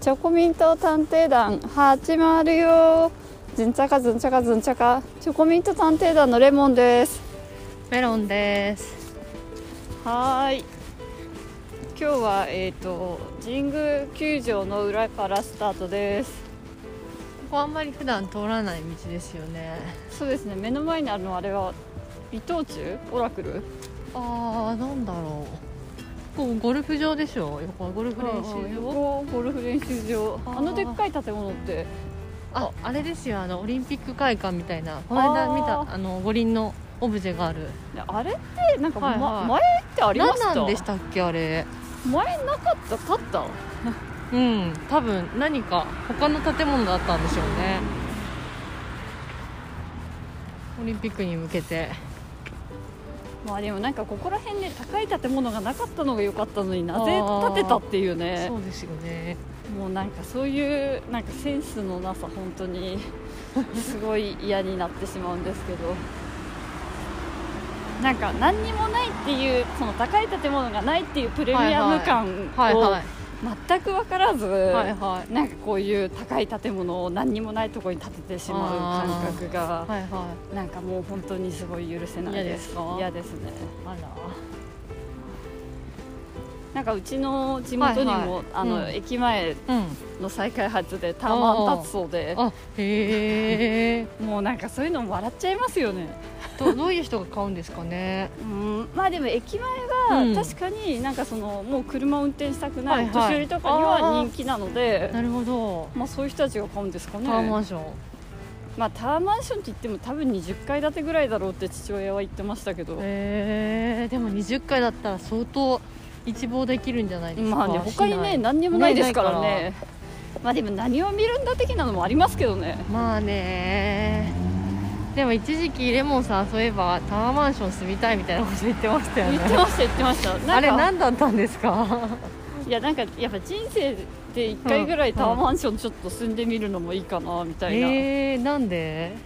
チョコミント探偵団始まるよずんちゃかずんちゃかずんちゃかチョコミント探偵団のレモンですメロンです。はーい今日はえっ、と神宮球場の裏からスタートですここあんまり普段通らない道ですよね。そうですね目の前にあるのあれは伊藤忠オラクルあー、なんだろう。ここゴルフ場でしょ。横ゴルフ練習場。場ゴルフ練習場あーあのでっかい建物ってあ、あれですよ。あのオリンピック会館みたいな。この間見あーたあの五輪のオブジェがある。ねあれってなんか、まはいはい前ってありま何したなんでしたっけあれ。前なかった立ったうん。多分何か他の建物だったんでしょうね。オリンピックに向けて。まあでもなんかここら辺で高い建物がなかったのが良かったのになぜあー建てたっていうねそうですよね。もうなんかそういうなんかセンスのなさ本当にすごい嫌になってしまうんですけどなんか何にもないっていうその高い建物がないっていうプレミアム感はいをはい。全く分からず、はいはい。なんかこういう高い建物を何にもないところに建ててしまう感覚がはいはい。なんかもう本当にすごい許せない嫌ですか嫌ですねあら。なんかうちの地元にも、はいはいあのうん駅前うん、の再開発でタワマン立つそうであへえもうなんかそういうのも笑っちゃいますよねどどういう人が買うんですかねうんまあでも駅前うんが確かになんかそのもう車を運転したくなはいいはい年寄りとかには人気なので、なるほどまあそういう人たちが買うんですかねタワーマンションまあタワーマンションって言っても多分20階建てぐらいだろうって父親は言ってましたけどへえでも20階だったら相当一望できるんじゃないですかまあね他に市ね内何にもないですからないねまあでも何を見るんだ的なのもありますけどねまあねでも一時期レモンさんそういえばタワーマンション住みたいみたいなこと言ってましたよ言ねってました言ってましたなんかあれ何だったんですかいやなんかやっぱ人生で1回ぐらいタワーマンションちょっと住んでみるのもいいかなみたいな、えー、なんで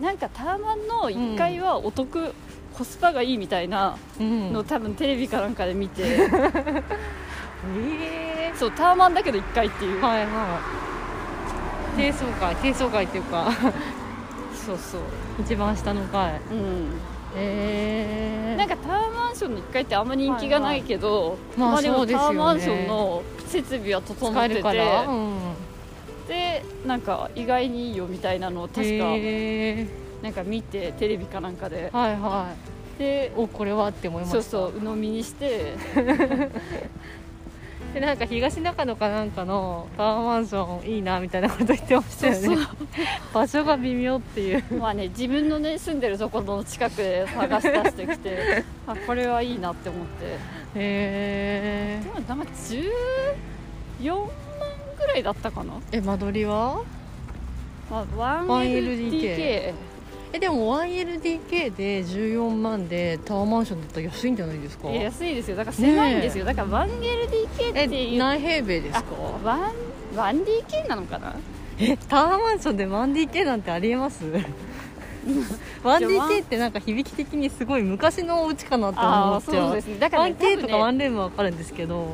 なんかタワーマンの1階はお得、コスパがいいみたいなうんのを多分テレビかなんかで見て、 えそうタワーマンだけど1階っていう、ー、はいはい低層階低層階っていうか そうそう一番下の階うんえなんかタワーマンションの1階ってあんま人気がないけど、いはいまあそうですタワーよねマンションの設備は整使っえてるてから、うん、でなんか意外にいいよみたいなのを確かへーなんか見てテレビかなんかではいはいでおこれはって思いましたそうそう鵜呑みにしてでなんか東中野かなんかのタワーマンションいいなみたいなこと言ってましたよねそう 場所が微妙っていうまあね自分のね住んでるところの近くで探し出してき てあこれはいいなって思ってへでもなんか14万ぐらいだったかな、ええ間取りはまあ、1LDK えでも 1LDK で14万でタワーマンションだったら安いんじゃないですかいや安いですよだから狭いんですよ、だから 1LDK ってえいう何平米ですかワン 1DK なのかなえ タワーマンションで 1DK なんてありえ ます 1DK ってなんか響き的にすごい昔のお家かなってあ思あっちゃそううですねだからね多 1K 分とかねワンルームは分かるんですけど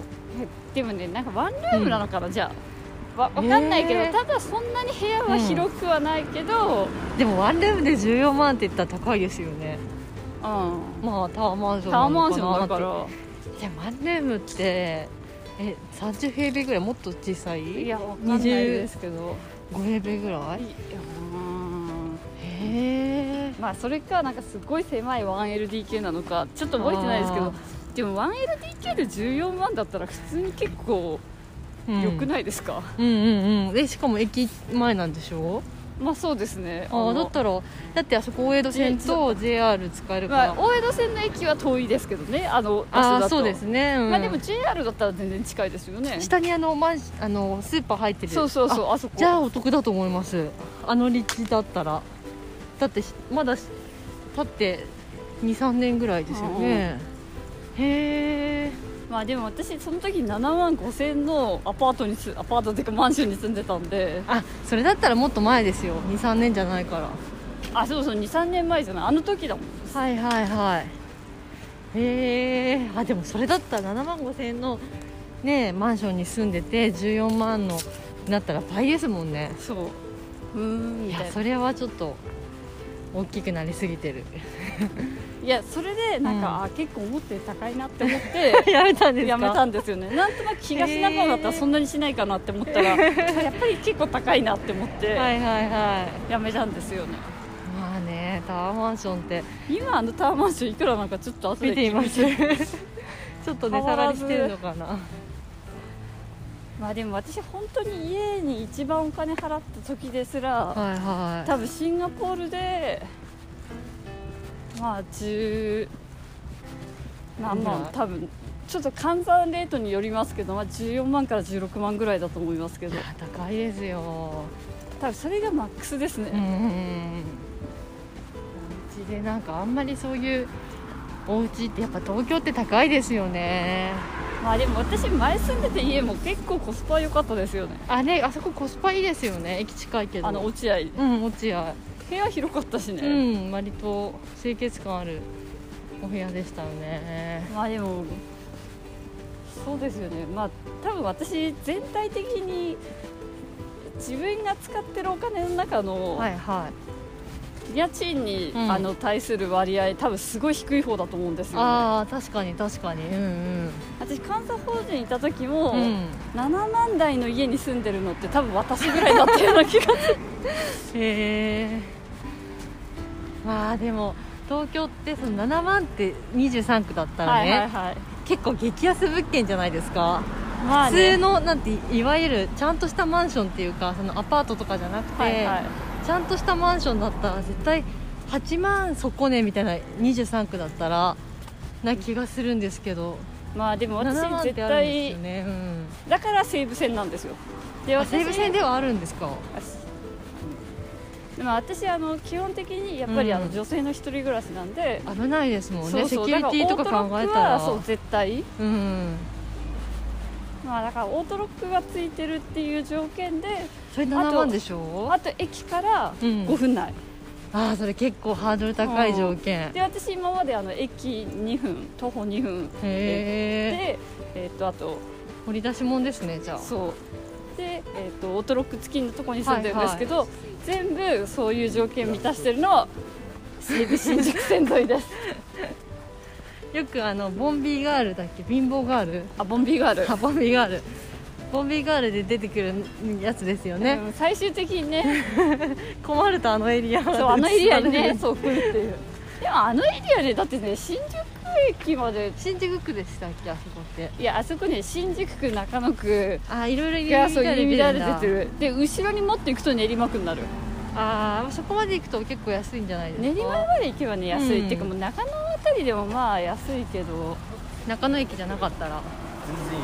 でもねなんかワンルームなのかな、じゃあわわかんないけど、ねえただそんなに部屋は広くはないけど、でもワンルームで14万って言ったら高いですよねうんまあタワーマンションタワーマンシなのョンだなかってらいやワンルームってえ30平米ぐらいもっと小さいいやわかんないですけど5平米ぐらいいやうんへえまあそれかなんかすごい狭い 1LDK なのかちょっと覚えてないですけあどでも 1LDK で14万だったら普通に結構良くないですか、うんうんうんえしかも駅前なんでしょまあそうですねああのだったらだってあそこ大江戸線と JR 使えるかまら、あ、大江戸線の駅は遠いですけどねあの場所だあとあそうですね、うんまあでも JR だったら全然近いですよね下にあのマンシあのスーパー入ってるそうそうそうああそこじゃあお得だと思いますあの立地だったらだってしまだし経って23年ぐらいですよね、へえまあでも私その時7万5千のアパートにすアパートっていうかマンションに住んでたんであそれだったらもっと前ですよ23年じゃないからあそうそう23年前じゃないあの時だもんはいはいはいへえあでもそれだったら7万5千円のねマンションに住んでて14万のなったら倍ですもんねそううーんいみたいやないそれはちょっと大きくなりすぎてるやそれでなんか、うんあ結構思って高いなって思って やめたん ですかやめたんですよねなんとなく東中野だったらそんなにしないかなって思ったら、やっぱり結構高いなって思ってはいはいはいやめたんですよね、まあねタワーマンションって今あのタワーマンションいくらなんかちょっと後で見ています聞いてちょっと値下がりしてるのかなまあでも私本当に家に一番お金払った時ですら、はいはい多分シンガポールでまあ10何ぐ万らい多分ちょっと換算レートによりますけど、まあ、14万から16万ぐらいだと思いますけどあ高いですよ多分それがマックスですね、うんうんうんうちでなんかあんまりそういうお家ってやっぱ東京って高いですよねまあでも私前住んでて家も結構コスパ良かったですよねあねあそこコスパいいですよね駅近いけどあの落合うん落合部屋広かったしうね、ん割と清潔感あるお部屋でしたよねまあでもそうですよねまあ多分私全体的に自分が使ってるお金の中の、はいはい家賃に、うんあの対する割合多分すごい低い方だと思うんですよねああ確かに確かにうん私監査法人にいた時も、うんうん7万台の家に住んでるのって多分私ぐらいだったような 気がへえまあでも東京ってその7万って23区だったらはね、いはいはい結構激安物件じゃないですか、まあ普通ねのなんていわゆるちゃんとしたマンションっていうかそのアパートとかじゃなくて、はいはいちゃんとしたマンションだったら絶対8万そこねみたいな23区だったらな気がするんですけどまあでも7万私っ絶てあるんです対よね、うん、だから西武線なんですよであ西武線でははあるんですかでも私あの基本的にやっぱりあのうん女性の一人暮らしなんで、危ないですもんそねうそうセキュリティとかだらオー考トロッえたクはらそう絶対うんまあだからオートロックがついてるっていう条件でそれ7あと万でしょあと駅からうん5分内、ああそれ結構ハードル高い条件で私今まであの駅2分徒歩2分へえで、えっとあと掘り出し物ですねじゃあそうで、えっとオートロック付きのとこに住んでるんですけど、全部そういう条件満たしてるのは西武新宿線沿いですよくあのボンビーガールだっけ貧乏ガールあボンビーガールあボンビーガールボンビーガールで出てくるやつですよね、うん最終的にね困るとあのエリアそうあのエリアにねそうそう来るっていうでもあのエリアでだってね新宿駅まで新宿区でしたっけあそこっていやあそこね新宿区中野区あいろいろ入がりそう入り乱乱れれててるんだてるで後ろに持っていくと練馬区になるああそこまで行くと結構安いんじゃないですか練馬まで行けばね安い、うんっていうかもう中野あたりでもまあ安いけど中野駅じゃなかったら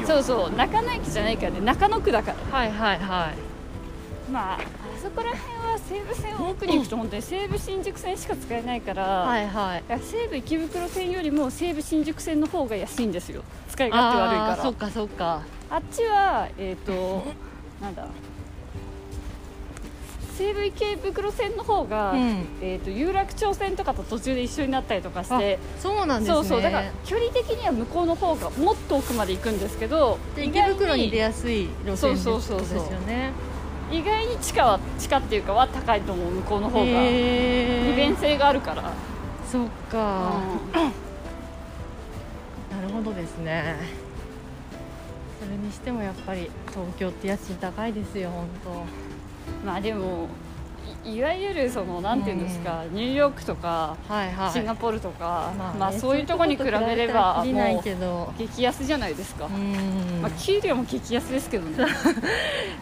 そうそう中野駅じゃないからね中野区だからはいはいはいまああそこら辺は西武線を奥に行くと本当に西武新宿線しか使えないから、はいはいだから西武池袋線よりも西武新宿線の方が安いんですよ使い勝手悪いあかあーそっらかそっかあっちはえっ、 となんだ西武池袋線の方が、うんえー、と有楽町線とかと途中で一緒になったりとかしあてそうなんですねそうそうだから距離的には向こうの方がもっと奥まで行くんですけどで池袋に出意やすい路線ってそこうそうそとうでそすうよね外に意外に地下は地下っていうかは高いと思う向こうの方が利へー便性があるから、そっか、うんなるほどですねそれにしてもやっぱり東京って家賃高いですよ本まあでもいいわゆるそのなんていうんですか、ニューヨークとか当はいはいシンガポールとか、まあねまあそういうとこに比べればそういうとこと比べたらきりないもけどう激安じゃないですか、うん、まあ、給料も激安ですけどね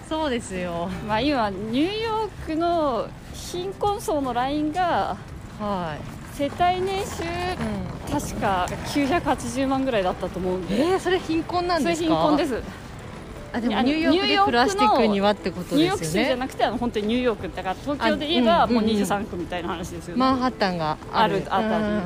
そうですよまあ今ニューヨークの貧困層のラインがは世帯年収い、うん、確か980万ぐらいだったと思うんでえー、それ貧困なんそでれすか貧困ですあでもあのニューヨークで暮らしていくにはってことニューでヨーク州すじよゃねなくてあの本当にニューヨークだから東京で言えばあうんもううんうん23区みたいな話ですよね、マンハッタンがあるあるあたりうんへ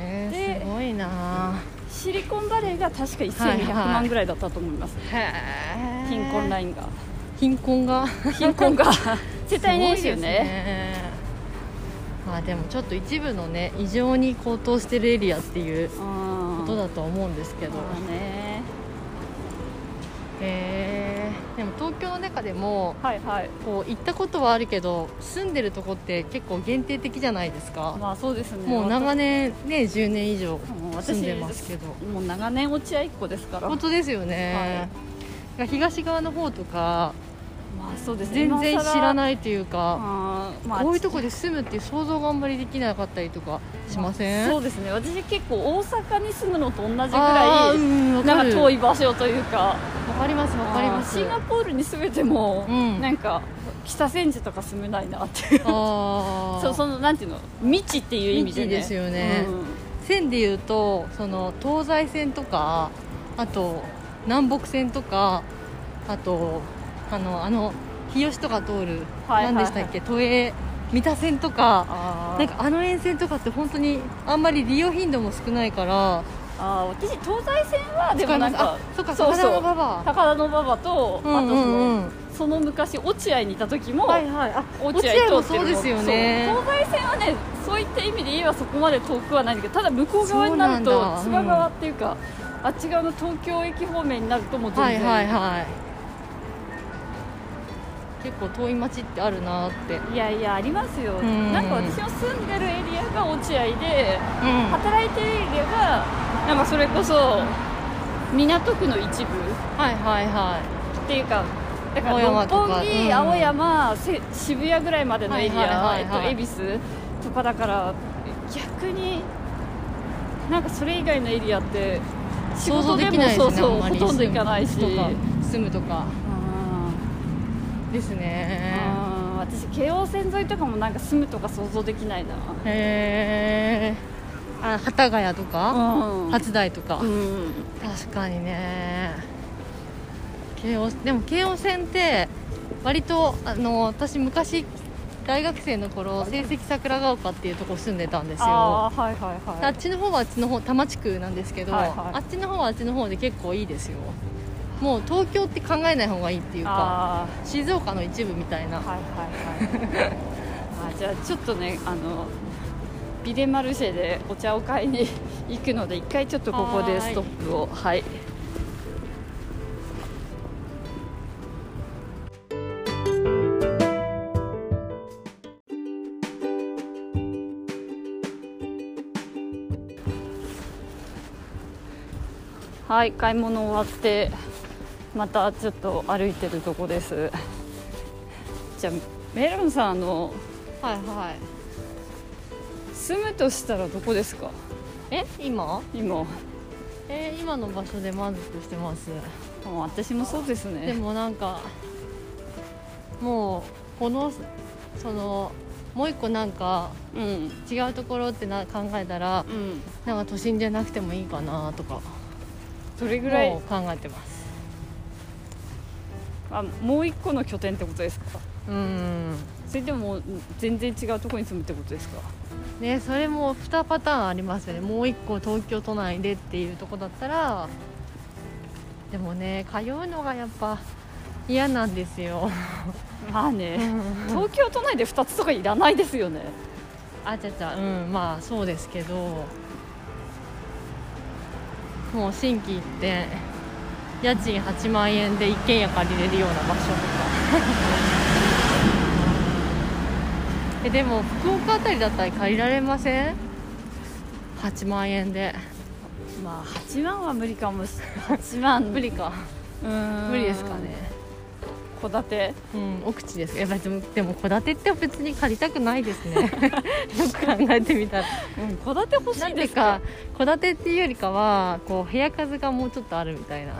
えですごいなシリコンバレーが確かはい1200はい万ぐらいだったと思います、へ貧困ライインがン 貧困が貧困が 世帯年収ねすごいですねまあでもちょっと一部のね異常に高騰してるエリアっていううんことだと思うんですけど、まあねえーでも東京の中でもはいはいこう行ったことはあるけど住んでるとこって結構限定的じゃないですか、まあそうですねもう長年ね10年以上もう私住んでますけどもう長年落合っ子ですから本当ですよね、東側の方とかまあそうですね全然知らいないというか、あー、まあ、こういうとこで住むっていう想像があんまりできなかったりとかしません、そうですね私結構大阪に住むのと同じぐらいあーうんわかなんるか遠い場所というかわかりますわかりますあーシンガポールに住めても、うんなんか北千住とか住めないなっていうあーそうそのなんていうの未知っていう意味で、ね、未知ですよねうん線でいうとその東西線とかあと南北線とかあとあのあの日吉とか通はいる、はいはい何でしたっけ都営三田線とかあーなんかあの沿線とかって本当にあんまり利用頻度も少ないからあー私東西線はで使もなんいますかあそっかそう高田そう馬場高田馬場と、うんあとうその,、んうんその昔落合にいた時も、はいあ落落合合も通ってそるうのですよねそう東西線はねそういった意味で言えばそこまで遠くはないんだけどただ向こう側になるとそうなんだ千葉側っていうか、あっち側の東京駅方面になるともう全はい然、はいはい結構遠い町ってあるなっていやいやありますよ、んなんか私の住んでるエリアが落合でうん働いてるエリアがなんかそれこそ港区の一部はいはいはっていうかだか青ら山六とか本木、うん青山せ渋谷ぐらいまでのエリア、はいはいはいはいえっと、恵比寿とかだから逆になんかそれ以外のエリアってい仕想像事でできもないですねそうそあうんまほりとんど行かないしとか住むとかあですーねあー私京王線沿いとかもなんか住むとか想像できないなへえあ幡ヶ谷とかうん初台とかうん確かにね京王でも京王線って割とあの私昔大学生の頃成績桜ヶ丘っていうとこ住んでたんですよああはいはいあはっちの方はあっちの方多摩地区なんですけど、はいはいあっちの方はあっちの方で結構いいですよもう東京って考えない方がいいっていいうかあ静岡の一部みたいな、あはいはい はいあーじゃあちょっとねあのビデマルシェでお茶を買いに行くので一回ちょっとここでストップをはいはい買い物終わってまたちょっと歩いてるとこですじゃあメロンさんあのはいは住むとしたらどこですかいえ今今もえー今の場所で満足してますう私もそうですねでもなんかもうこのそのもう一個なんかうん違うところってな考えたらうんなんか都心じゃなくてもいいかなとかそれぐらいもう考えてますあもう一個の拠点ってことですかうんそれでも全然違うところに住むってことですかね、それも2パターンありますよねもう1個東京都内でっていうとこだったらでもね通うのがやっぱ嫌なんですよまあね東京都内で2つとかいらないですよねあちゃちゃうんまあそうですけどもう新規行って家賃8万円で一軒家借りれるような場所とか えでも福岡あたりだったら借りられません ?8 万円でまあ8万は無理かもし8万無理かうん無理ですかね戸建てうん、お口ですいやでもでも戸建てって別に借りたくないですね よく考えてみたらうん戸建て欲しないんでですかか戸建てっていうよりかはこう部屋数がもうちょっとあるみたいな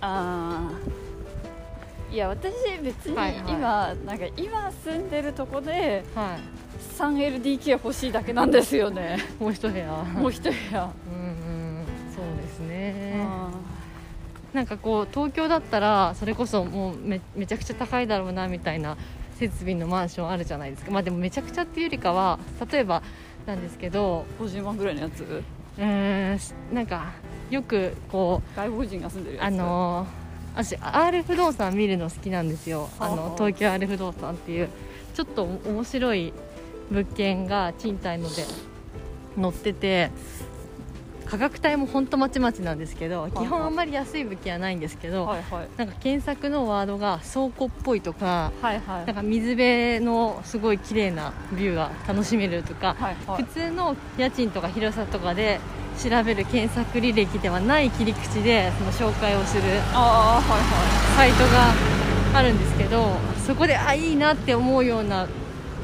あーいや私別に今、はいはいなんか今住んでるとこではい 3LDK 欲しいだけなんですよねもう一部屋もう一部屋、うんうんそうですあねーなんかこう東京だったらそれこそもうめめちゃくちゃ高いだろうなみたいな設備のマンションあるじゃないですかまあでもめちゃくちゃっていうよりかは例えばなんですけど50万ぐらいのやつうーんなんかよくこう外国人が住んでるやつあのー私 R 不動産見るの好きなんですよはああはのあ東京 R 不動産っていうちょっと面白い物件が賃貸ので載ってて価格帯も本当まちまちなんですけどいはい基本あんまり安い武器はないんですけどはいはいなんか検索のワードが倉庫っぽいとかはいはいなんか水辺のすごい綺麗なビューが楽しめるとかはいはい普通の家賃とか広さとかで調べる検索履歴ではない切り口でその紹介をするああはいはサイトがあるんですけどそこであいいなって思うような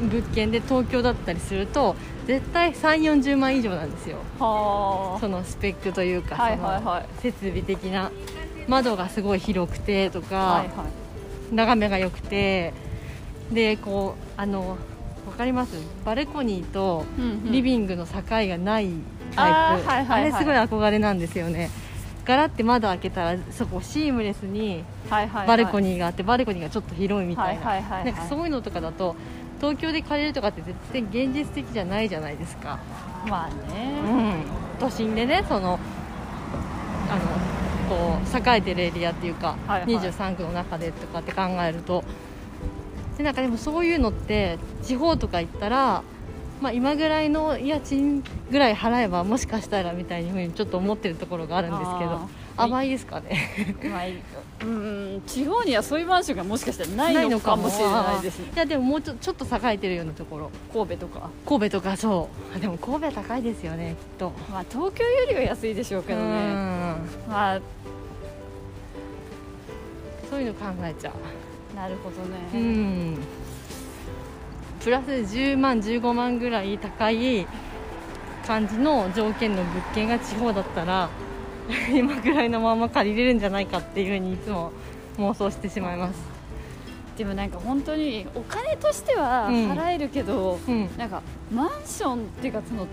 物件で東京だったりすると絶対3 4 0万以上なんですいよはそのスペックというか、はいはいはいその設備的な窓がすごい広くてとか、あはいはい眺めが良くてでこうあのわかりますバルコニーとリンビングの境がないタあイープ、はいはいはいあれすごい憧れなんですよねガラって窓開けたらそこシームレスにグはいはいはいバルコニーがあってバルコニーがちょっと広いみたいはいはいはいはないなんかそういうのとかだと東京で借りるとかって絶対現実的じゃないじゃないですか、まあうねん、都心でねそのあのこう栄えてるエリアっていうか、はいはい23区の中でとかって考えるとでなんかでもそういうのって地方とか行ったら、まあ、今ぐらいの家賃ぐらい払えばもしかしたらみたいにふうにちょっと思ってるところがあるんですけどあー甘いですかねまあいいうん地方にはそういうマンションがもしかしたらないのかもしれないですねいやでももうちょちょっと栄えてるようなところ神戸とか神戸とかそうあでも神戸高いですよねきっとまあ東京よりは安いでしょうけどうねんまあそういうの考えちゃなるほどううねんプラス10万15万ぐらい高い感じの条件の物件が地方だったら 今ぐらいのまま借りれるんじゃないかっていうふうにいつも妄想してしまいますでもなんか本当にお金としてはうん払えるけどうんなんかマンションっていうかその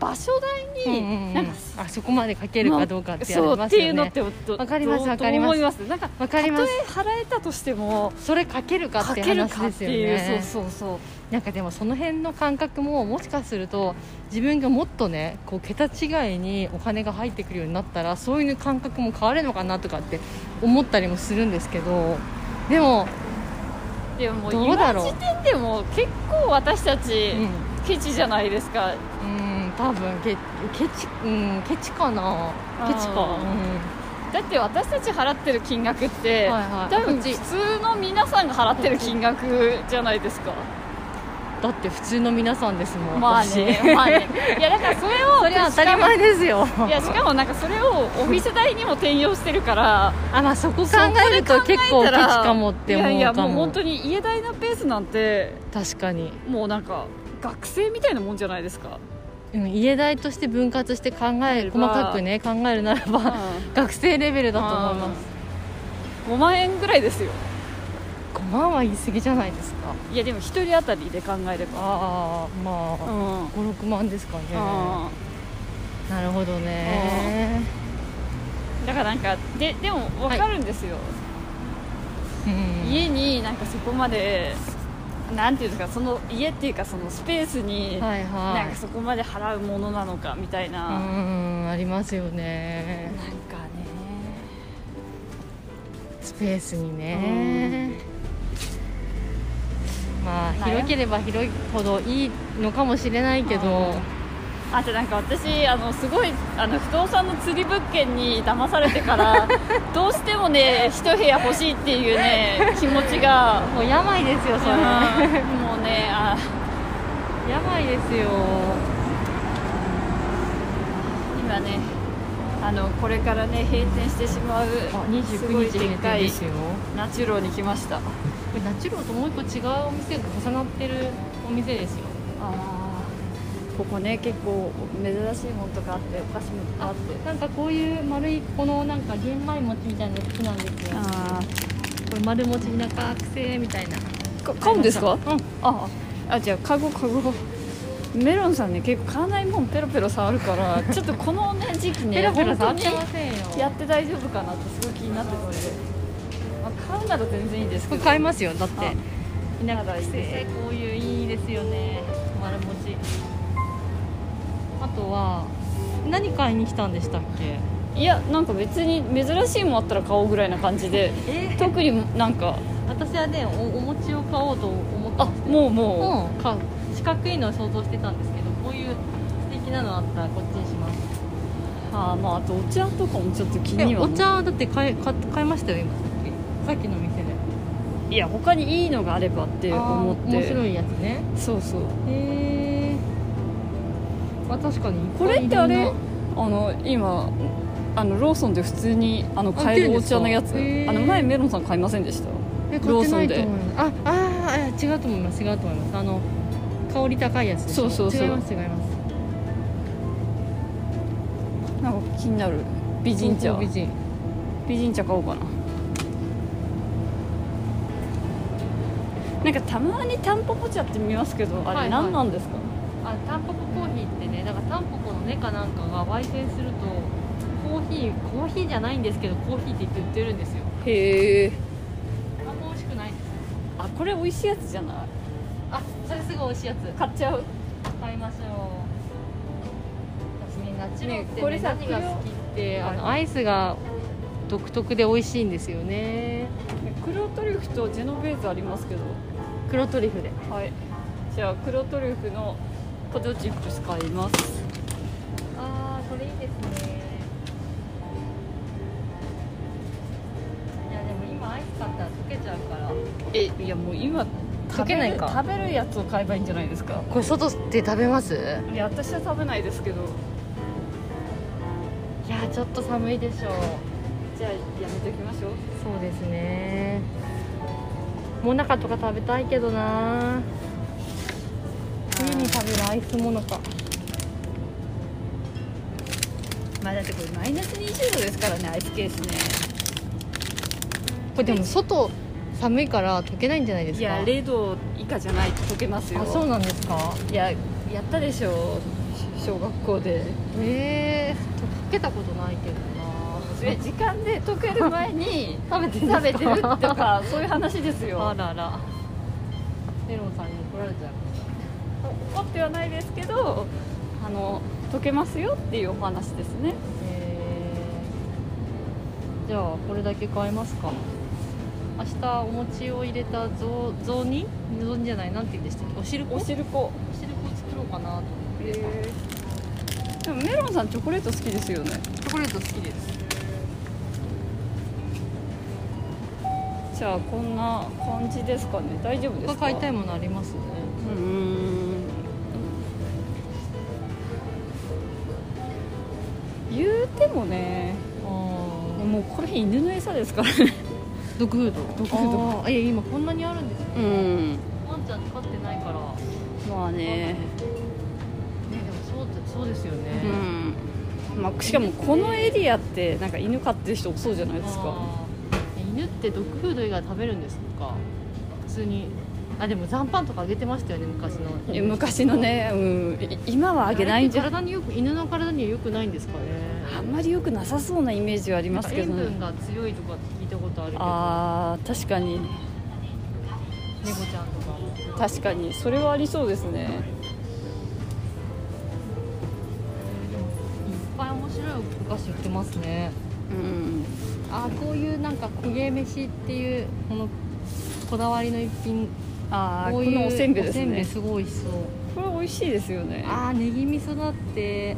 場所代うんうにんなんかあそこまでかけるかどうかってありそうまっすていうよのっねて夫わかりますどうわかりどうます思いますなんかわかりますたとえ払えたとしてもそれかけるかっかてける話かっですてよいうねそうそうそうなんかでもその辺の感覚ももしかすると自分がもっとねこう桁違いにお金が入ってくるようになったらそういう感覚も変わるのかなとかって思ったりもするんですけどでも、でももうどうだ今ろう時点でも結構私たちうん、ケチじゃないですか、うん多分ケケチ、うん、ケチかなケチか、ううだって私たち払ってる金額って、ん、はいはい多分こっち普通の皆さんが払ってる金額じゃないですかだって普通の皆さんですもんまあ私ねまあねいやだからそれを それは当たり前ですよいやしかもなんかそれをお店代にも転用してるからあまあそこ考えると結構ケチかもって思うかもいやいやもう本当に家代のペースなんて 確かにもうなんか学生みたいなもんじゃないですか、うん、家代として分割して考例えるえば細かくね考えるならば、学生レベルだと思います5万円ぐらいですよ5万は言い過ぎじゃないですかいやでも1人当たりで考えればああまうあ、ん、うん56万ですかねなるほどねだからなんかででも分かるんですよ、うん家になんかそこまでなんていうんですかその家っていうかそのスペースにはいはいなんかそこまで払うものなのかみたいな、うんありますよねなんかねスペースにねまあ悩む広ければ広いほどいいのかもしれないけどあとなんか私あのすごいあの不動産の釣り物件に騙されてからどうしてもね一部屋欲しいっていうね気持ちがもう病ですよそれもうねあ病ですよ今ねあのこれからね閉店してしまうあすごい29日でっ閉か店いですよナチュロに来ましたこれナチュローともう一個違うお店が重なってるお店ですよあーここね結構珍しいもんとかあってお菓子もいっぱいあってなんかこういう丸いこのなんか玄米餅みたいなの好きなんですよあこれ丸餅田舎くせみたいなーか買うんですかうんああじゃあカゴカゴメロンさんね結構買わないもんペロペロ触るから ちょっとこのね時期ねペラペラ触本っ当てにませんよやって大丈夫かなってすごい気になってたんで、まあ、買うなら全然いいですこけどれ買いますよだってあ田舎くせこういういいですよね丸餅あとは何買いに来たんでしたっけいやなんか別に珍しいもんあったら買おうぐらいな感じでえ特になんか私はねおお餅を買おうと思ってあましたもうもうん、四角いのを想像してたんですけどこういう素敵なのあったらこっちにしまう、すあーまああとお茶とかもちょっと気えにはおな茶だって買い買買いましたよ今さっきさっきの店でいや他にいいのがあればってあー思って面白いやつねそうそうへえまあ確かにこれってあいれろんなあの今あのローソンで普通にあのあ買えるお茶のやつ売ってるんですかへーあの前メロンさん買いませんでしたえロ買ーってソなンいでと思いますああーあ違うと思います違うと思いますあの香り高いやつでしょそうそうそう違います違いますなんか気になる美人茶東方美人美人茶買おうかななんかたまにタンポポ茶って見ますけどあはいはれい何なんですか、あタンポポコーヒーってねだからタンポポの根かなんかが焙煎するとコーヒーコーヒーじゃないんですけどコーヒーって言って売ってるんですよへえあんま美味しくないんですよあこれ美味しいやつじゃないあそれすごい美味しいやつ買っちゃう買いましょうねナチュラルって、ねねこれさ何が好きってあのアイスが独特で美味しいんですよね黒トリュフとジェノベーゼありますけど黒トリュフではいじゃあ黒トリュフのポテトチップス買いますああこれいいですねいやでも今アイス買ったら溶けちゃうからえいやもう今溶けないか食べる食べるやつを買えばいいんじゃないですかこれ外で食べますいや私は食べないですけどいやちょっと寒いでしょうじゃあやめておきましょうそうですねもなかとか食べたいけどな冬に食べるアイスもなかまあだってこれマイナス20度ですからねアイスケースねこれでも外寒いから溶けないんじゃないですいかや0度以下じゃないと溶けますよあそうなんですかいややったでしょうし小学校でええー、溶けたことないけどえ時間で溶ける前にな食べて食べてるとあ かそういう話ですよらあらメロンさんに怒られちゃう怒ってはないですけどあの溶けますよっていうお話ですねじゃあこれだけ買いますか明日お餅を入れた雑雑煮雑煮じゃないなんて言うんでしたっけお汁粉おしるこお汁粉作ろうかなと思ってでもメロンさんチョコレート好きですよねチョコレート好きですじゃあこんな感じですかね大丈夫です他か買いたいものありますねうーん言うてもねあもうこれ犬の餌ですからねあドッグフードドッグフードあーいや今こんなにあるんですねうんワンちゃん飼ってないからねまあねでもそうだそうですよねうん、まあ、しかもこのエリアってなんか犬飼ってる人多そうじゃないですかあー犬ってドッグフード以外食べるんですか普通にあでも残飯とかあげてましたよね昔のいや昔のね、うん、い今はあげないんじゃあれって体によく犬の体には良くないんですかねあんまり良くなさそうなイメージはありなまんかすけ塩ど分ねが強いとかって聞いたことあるけどあー確かに猫ちゃんとかも確かにそれはありそうですねいっぱい面白いお菓子売ってますねうんあーこういうなんか焦げ飯っていうこのこだわりの一品ああここういうのおせんべいですおせんべいねすごい美味しそうこれ美味しいですよねあーネギ味噌だって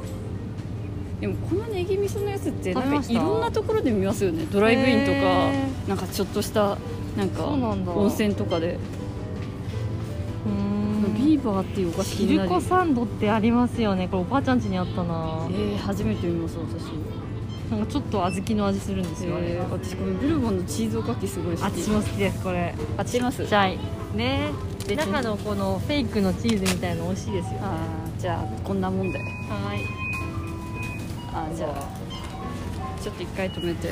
でもこのネギ味噌のやつって食べなんまかしたいろんなところで見ますよねドライブインとかへなんかちょっとしたなんかそうなんだ温泉とかでうーんビーバーっていうお菓子気シになルりコサンドってありますよねこれおばあちゃん家にあったなえー、初めて見ます私なんかちょっと小豆の味するんですよ、えーあれ私このブルボンのチーズおかきすごい好あき私も好きですこれあっちますちっちゃいね別に中のこのフェイクのチーズみたいの美味しいですよはあーじゃあこんなもんでいあーじゃあちょっと一回止めて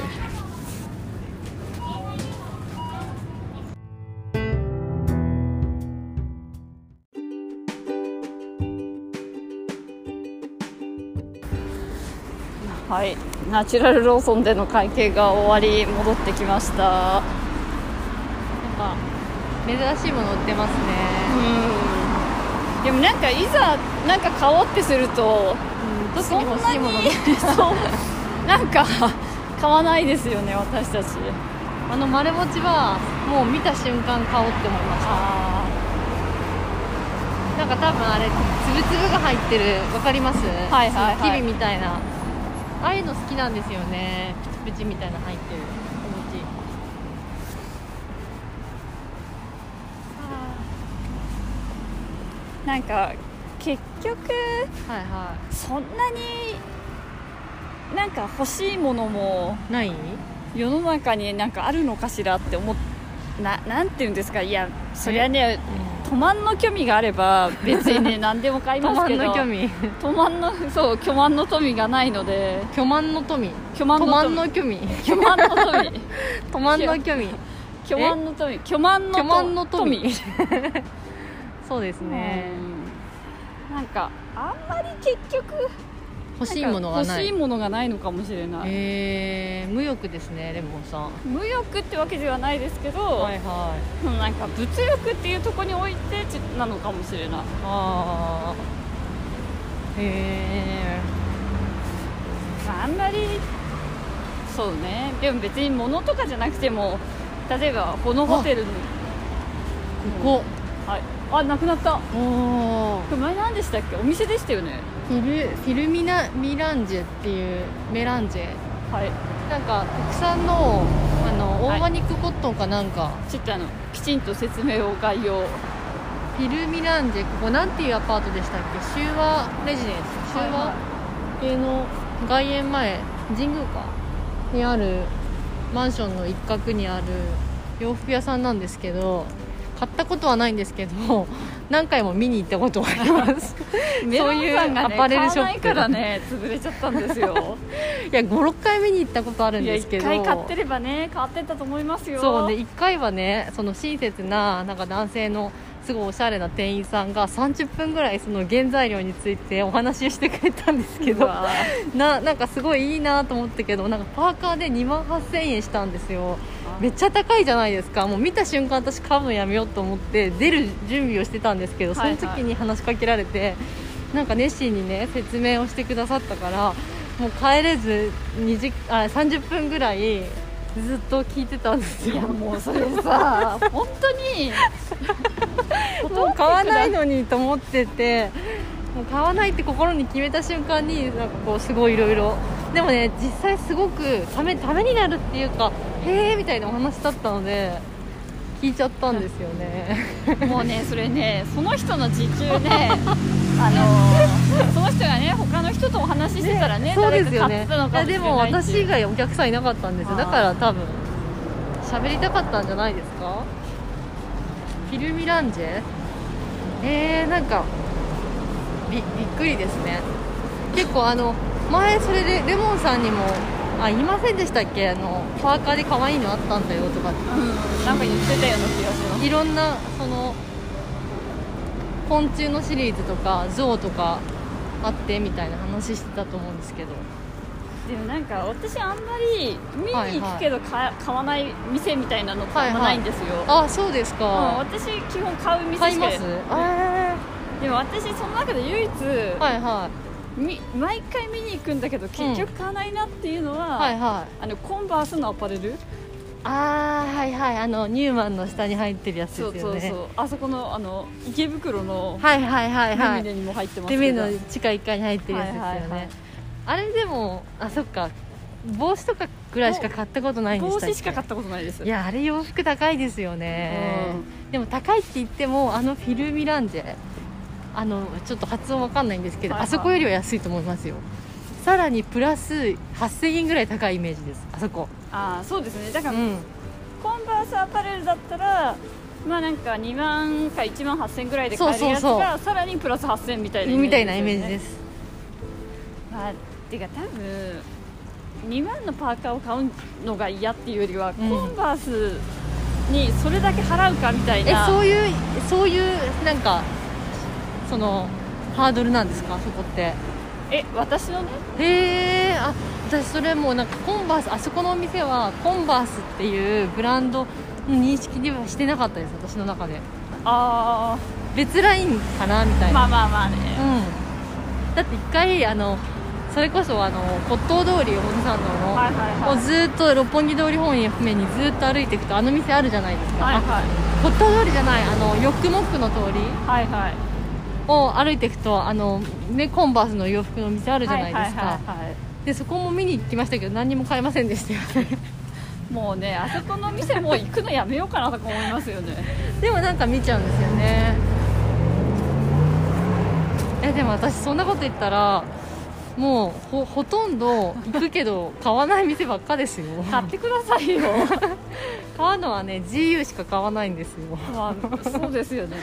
はいナチュラルローソンでの会計が終わり戻ってきましたなんか珍しいもの売ってますね、うんでもなんかいざなんか買おうってすると特に欲しいものねそう なんか買わないですよね私たちあの丸餅はもう見た瞬間買おうって思いましたあなんか多分あれつぶつぶが入ってるわかりますはいはいはいそのキビみたいなああいうの好きなんですよねプチプチみたいなの入ってるお餅なんか結局はいはそんなになんか欲しいものもいない世の中になんかあるのかしらって思っななんていうんですかいやそりゃね都満の虚味があれば別にね何でも買い巨ます万けのど虚味都満のそう巨万の富がないので 巨万の富巨巨万の万富の虚味巨万の富巨万の虚味 巨万の富巨万の巨万の富 富 そうですねうんなんかあんまり結局欲しいものんがかな欲しいいものがないのかもしれない、えー無欲ですねレモンさん無欲ってわけではないですけど、はいはいなんか物欲っていうところにおいてちなのかもしれないああへまああんまりそうねでも別に物とかじゃなくても例えばこのホテルにえこああなくなったこおーこれ前何でしたっけお店でしたよねフィルフィルミナミランジェっていうメランジェはいなんか国産のあのオはいーガニックコットンかなんか、ちょっとあのきちんと説明を概要フィルミランジェここなんていうアパートでしたっけ修和レジデンス修はい和系の外苑前神宮かにあるマンションの一角にある洋服屋さんなんですけど買ったことはないんですけど 何回も見に行ったことはあります メロンさんが、ね、アパレルショップ買わないからね潰れちゃったんです よいや56回見に行ったことあるんいやですけ一ど回買ってればね変わってたと思いますよそうね1回はねその親切ななんか男性のすごいおしゃれな店員さんが30分ぐらいその原材料についてお話ししてくれたんですけけどど ななんかすごいいいなと思ったけどなんかパーカーで2万8000円したんですよめっちゃ高いじゃないですかもう見た瞬間私買うのやめようと思って出る準備をしてたんですけどそはいはのい時に話しかけられて、なんか熱心にね説明をしてくださったからもう帰れず2時あ30分ぐらいずっと聞いてたんですいやよもうそれさ本当にもう買わないのにと思っててもう買わないって心に決めた瞬間になんかこうすごいいろいろでもね実際すごくためためになるっていうかへえみたいなお話だったので聞いちゃったんですよねもうねそれねその人の時給ねあのその人がね他の人とお話ししてたらねそう誰ですよかね買ってたのいかもやしれでないもって私いう以外お客さんいなかったんですよだから多分喋りたかったんじゃないですかフィルミランジェえー、なんかびびっくりですね結構あの前それでレモンさんにもあ言いませんでしたっけあのパーカーで可愛いのあったんだよとかうんなんか言ってたような気がしますいろんなその昆虫のシリーズとか象とかあってみたいな話してたと思うんですけどでもなんか私あんまり見に行くけど買,、買わない店みたいなのってあんまないんですよ、あそうですか、うん、私基本買う店しか買いますあでも私その中で唯一、ーはいはみ毎回見に行くんだけど結局買わないなっていうのは、いはいはいあのコンバースのアパレルあーはいはいあのニューマンの下に入ってるやつですそようねそうそうあそこのあの池袋のはいはいはいルはミいネにも入ってますでけど、目の地下1階に入ってるやつですよね、はいはいはいあれでもあそっか帽子とかぐらいしか買ったことないんでし帽たっけ子しか買ったことないですいやあれ洋服高いですよねう、でも高いって言ってもあのフィルミランジェあのちょっと発音わかんないんですけど、はいはいあそこよりは安いと思いますよさらにプラス8000円ぐらい高いイメージですあそこああそうですねだうから、んコンバースアパレルだったらまあなんか2万か1万8000ぐらいで買えるやつそうそうがさらにプラス8000みたいなみたいなイメージですよねすまあ、てか多分2万のパーカーを買うのが嫌っていうよりは、うんコンバースにそれだけ払うかみたいえなそういうそういうなんかそのハードルなんですかそこってえ私のねへえあ私それもうなんかコンバースあそこのお店はコンバースっていうブランドの認識ではしてなかったです私の中であ別ラインかなみたあいまな、あまあまあね、うんだって一回あのそれこそあの骨董通り表参道の、はいはいもはうずーっと六本木通り方面にずーっと歩いていくとあの店あるじゃないですか、いはいあ骨董通りじゃないあのヨックモックの通りはいはいはいを歩いていくとあのねコンバースの洋服の店あるじゃないですか、はいはいはいはいでそこも見に行きましたけど何にも買えませんでしたよねもうねあそこの店もう行くのやめようかなとか思いますよねでもなんか見ちゃうんですよねえでも私そんなこと言ったらもうほほとんど行くけど買わない店ばっかですよ買ってくださいよ買うのはね GU しか買わないんですよまあそうですよね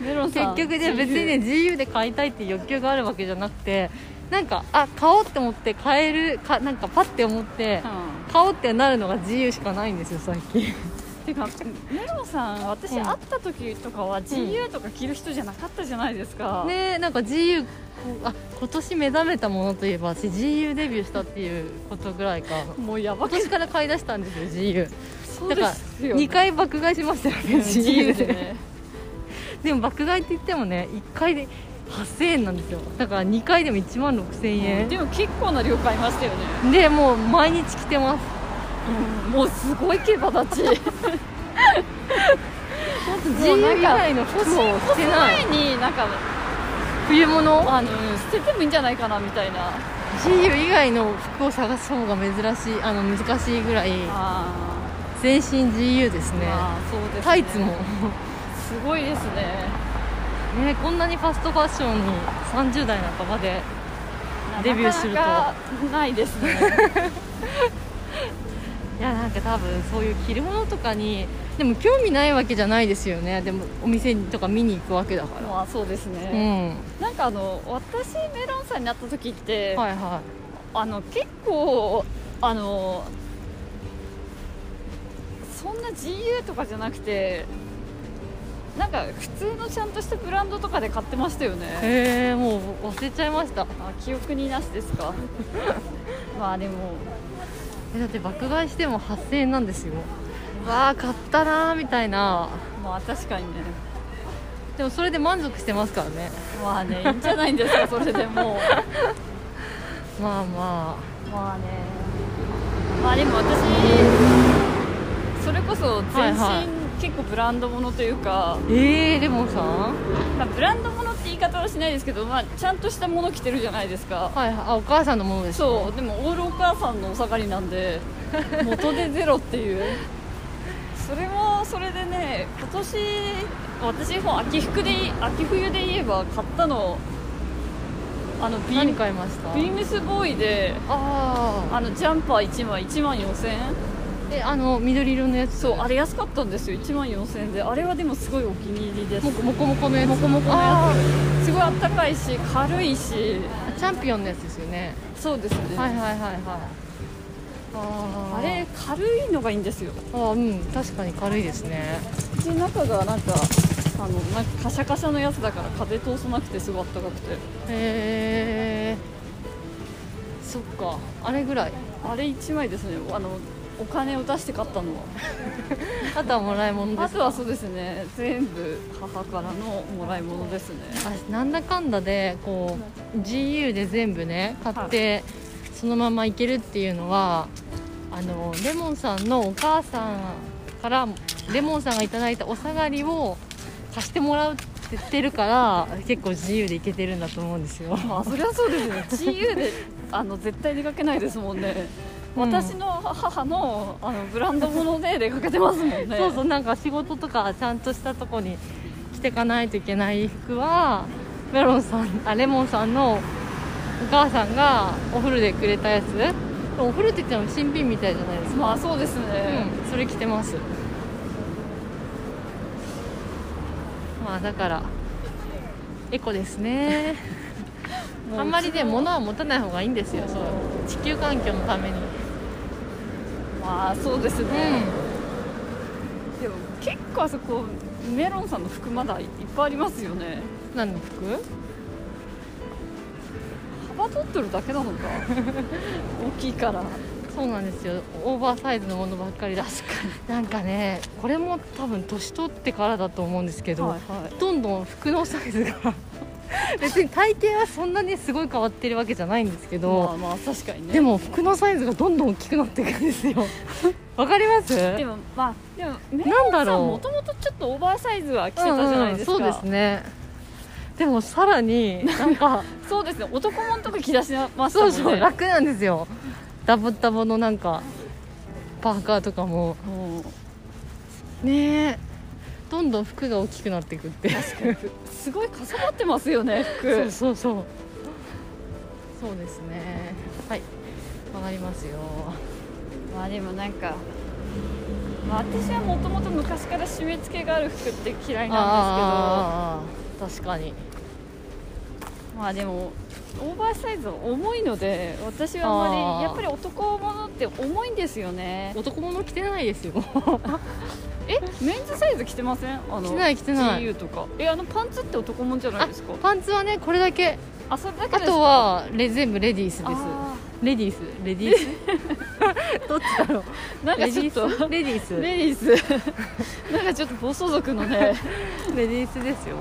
メロン結さん局ね別にね GU で買いたいっていう欲求があるわけじゃなくてなんかあ買おうって思って買えるかなんかパッて思ってうん買おうってなるのが GU しかないんですよ最近てかメロンさん私うん会った時とかは GU とか着る人じゃなかったじゃないですか、ねえなんか GU こあ今年目覚めたものといえば私 GU デビューしたっていうことぐらいかもうやばく今年から買い出したんですよ GU そうですよ、ね、 2回爆買いしましたよねうん GU で 自由でねでも爆買いって言ってもね1回で8000円なんですよだから2回でも1万6000円でも結構な量買いましたよね、でもう毎日着てますもうすごい毛羽立ち自由以外の服を着てない前になんか冬物あの捨ててもいいんじゃないかなみたいな自由以外の服を探す方が珍しいあの難しいぐらいあ全身自由ですー、ねまあそうです、ね、タイツもすごいですねねこんなにファストファッションに30代半ばでデビューするとなかなかないですねいやなんか多分そういう着るものとかにでも興味ないわけじゃないですよねでもお店とか見に行くわけだから まあそうですうね、んなんかあの私メロンさんになった時って、はいはあの結構あのそんな GU とかじゃなくてなんか普通のちゃんとしたブランドとかで買ってましたよいねへえもう忘れちゃいましたあ記憶になしですか まあでもえだって爆買いしても8000円なんですよわあ買ったなーみたいなまあ確かにねでもそれで満足してますからねまあねいいんじゃないんですかそれでもうまあままあねまあでも私それこそ全身、はいはい結構ブランドものというかあえー、レモンさんはまあ、ブランドものって言い方はしないですけど、まあ、ちゃんとしたもの着てるじゃないですかいはいあお母さんのものですかそうでもオールお母さんのお下がりなんで元でゼロっていうそれもそれでね今年私も秋服で秋冬で言えば買ったのあのビー何ム買いましたビームスボーイであああのジャンパー1枚1万4000円えあの緑色のやつそうあれ安かったんですよ1万4000円であれはでもすごいお気に入りですもこもこもこのやつもこもこあーすごいあったかいし軽いしチャンピオンのやつですよねそうですね、はいはいはいはいあああれ軽いのがいいんですよあーうん確かに軽いですね口の中がなんかあのなんかカシャカシャのやつだから風通さなくてすごいあったかくてへえそっかあれぐらいあれ1枚ですねあのお金を出して買ったのはあとはもらい物あですとはそうですね全部母からのもらい物ですね私なんだかんだでこう GU で全部ね買ってそのまま行けるっていうのはあのレモンさんのお母さんからレモンさんがいただいたお下がりを貸してもらうって言ってるから結構自由で行けてるんだと思うんですよ。まあそりゃそうですね GU であの絶対出かけないですもんね、うん私の母のあのブランド物で出かけてますもんねそうそうなんか仕事とかちゃんとしたとこに着てかないといけない服はメロンさんあレモンさんのお母さんがおフルでくれたやつおフルって言っても新品みたいじゃないですか、まあそうですね、うん、それ着てますまあだからエコですねもう あんまりねうちの物は持たない方がいいんですよそう地球環境のためにまあそうですね、うでも結構あそこメロンさんの服まだいっぱいありますよねん何の服幅取ってるだけな のか大きいからそうなんですよオーバーサイズのものばっかりだし なんかねこれも多分年取ってからだと思うんですけど、はいはいどんどん服のサイズが 別に体型はそんなにすごい変わってるわけじゃないんですけまあど、まあ確かにねでも服のサイズがどんどん大きくなっていくんです よわかりますでもまあでもメなんロだンさんもろともとちょっとオーバーサイズは着うてたじゃないですか、うんうんそうですねでもさらになんかそうですね男もんとか着出しましたもそんうねそう楽なんですよダボダボのなんかパーカーとかももうねえどんどん服が大きくなっていくってすごいかさばってますよね服そうそうそうそうですねはいわかりますよまあでもなんか、まあ、私はもともと昔から締め付けがある服って嫌いなんであー確かすにけどまあでもオーバーサイズは重いので私はあまあーりやっぱり男物って重いんですよね男物着てないですよえメンズサイズ着てませんあの着てない着てない GU とかえあのパンツって男物じゃないですかパンツはねこれだけあそれだけであすかとはレ全部レディースですあレディースレディースどっちだろうーなんかレデちょィっとースレディースレレディース なんかちょっと暴走族のねディースですよ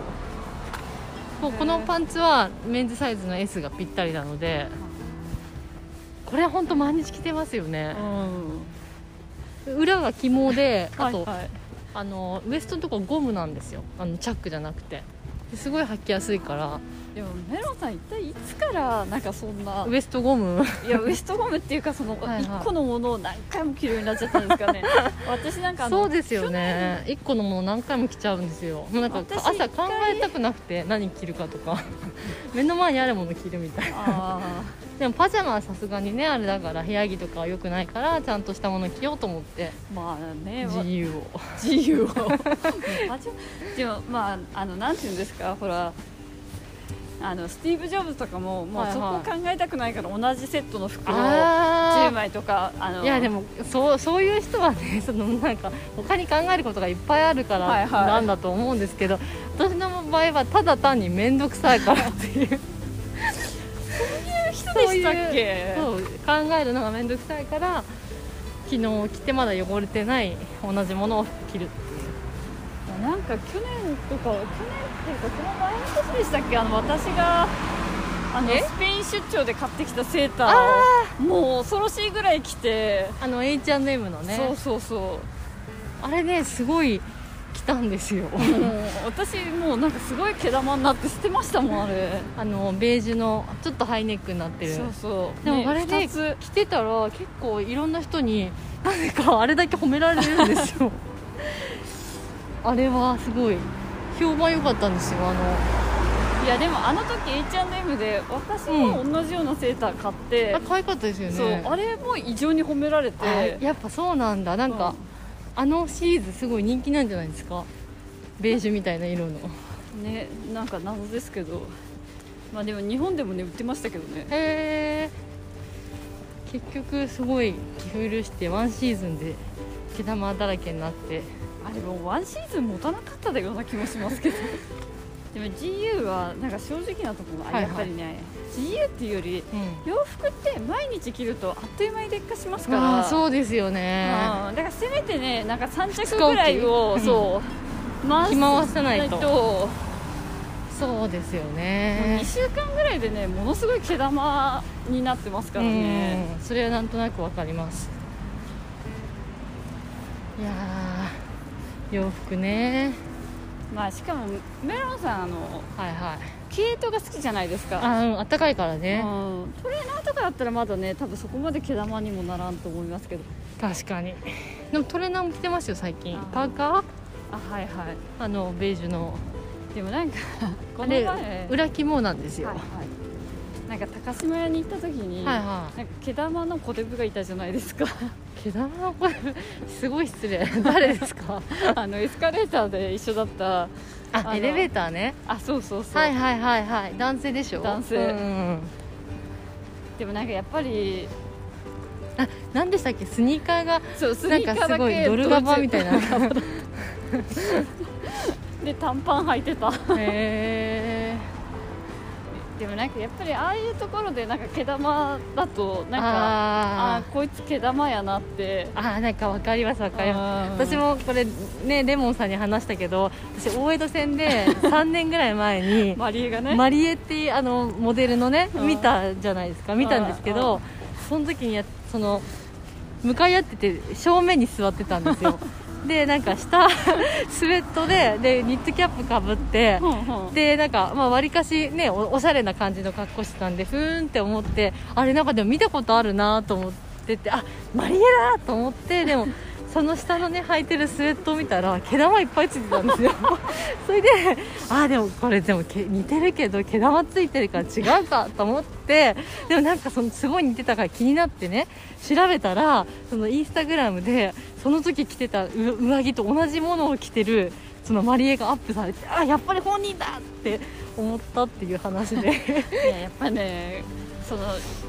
もうこのパンツはメンズサイズの S がぴったりなのでこれ本当毎日着てますよねうん裏が肝であとはいはいあのウエストのとこゴムなんですよあのチャックじゃなくてですごい履きやすいからでもメロンさん一体いつからなんかそんなウエストゴムい やウエストゴムっていうかそのはいはい一個のものを何回も着るようになっちゃったんですかね私なんかあのそうですよね1個のもの何回も着ちゃうんですよもうなんか私朝考えたくなくて何着るかとか 目の前にあるもの着るみたい あでもパジャマはさすがにねあれだから部屋着とかは良くないからちゃんとしたもの着ようと思ってーまあねわ自由を自 由をあちょでもまああのなんていうんですかほらあのスティーブ・ジョブズとかももうはいそこはをい考えたくないから同じセットの服を10 ああ枚とかあのいやでもそうそういう人はね そのなんか他に考えることがいっぱいあるかはいらはいなんだと思うんですけど、私の場合はただ単に面倒くさいからっていう人でしたっそうけそう考えるのが面倒くさいから昨日着てまだ汚れてない同じものを着るなんか去年とか去年っていうかその前の年でしたっけあの私があのえスペイン出張で買ってきたセーターをもう恐ろしいぐらい着て、あの H&M のねそうそうそあれねすごい着たんですようもう私もうなんかすごい毛玉になって捨てましたもんあれあのベージュのちょっとハイネックになってるそうそうでもあねれね二つ着てたら結構いろんな人になぜかあれだけ褒められるんです よあれはすごい評判良かったんですよあのいやでもあの時 H&M で私も同じようなセーター買って、あ可愛かったですよねそうあれも異常に褒められあてやっぱそうなんだなんか、あのシリーズすごい人気なんじゃないですかベージュみたいな色のねなんか謎ですけどまあでも日本でもね売ってましたけどねへえ結局すごい着古してワンシーズンで毛玉だらけになってあれもワンシーズン持たなかったような気もします けどでも GU はなんか正直なところがはいはいやっぱりね、GU っていうよりうん洋服って毎日着るとあっという間に劣化しますからああそうですよねうんだからせめてねなんか3着使う気ぐらいをうんそう回着回さないととそうですよ2ね週間ぐらいでねものすごい毛玉になってますからね、うんそれはなんとなくわかりますいやー洋服ねまあしかもメロンさんあのはいはい毛糸が好きじゃないですかあうんあったかいからねうんトレーナーとかだったらまだね多分そこまで毛玉にもならんと思いますけど確かにでもトレーナーも着てますよ最近あーパーカーあはいはいあのベージュのでも なんかこあのれ前はい裏肝なんですよ、ははいいなんか高島屋に行った時に、はいなんか毛玉のコテブがいたじゃないですか 毛玉の声すごい失礼 誰ですかあのエスカレーターで一緒だったああのエレベーターねあそうそうそう、はいはいはいはい男性でしょ男性うんうんでもなんかやっぱりあ何でしたっけスニーカーがそうスニなんーカかーだけすごいドルガバみたいな で短パン履いてたへ でもなんかやっぱりああいうところでなんか毛玉だとなんかあああーこいつ毛玉やなってーあーなんかわかりますわかります私私ももこれねレモンさんに話したけど私大江戸線で3年ぐらい前にマリエがねマリエっていうあのモデルのねうん見たじゃないですか見たんですけう どその時にやその向かい合ってて正面に座ってたんですよでなんか下 スウェットででニットキャップかぶってほんほんでなんかまあわりかしねおおしゃれな感じの格好してたんでふーんって思ってあれなんかでも見たことあるなと思っててあマリエだと思ってでもその下のね履いてるスウェットを見たら毛玉いっぱいついてたんですよそれであでもこれでも毛似てるけど毛玉ついてるから違うかと思ってでもなんかそのすごい似てたから気になってね調べたらそのインスタグラムでその時着てたう上着と同じものを着てるそのマリエがアップされてあやっぱり本人だって思ったっていう話 でいややっぱねその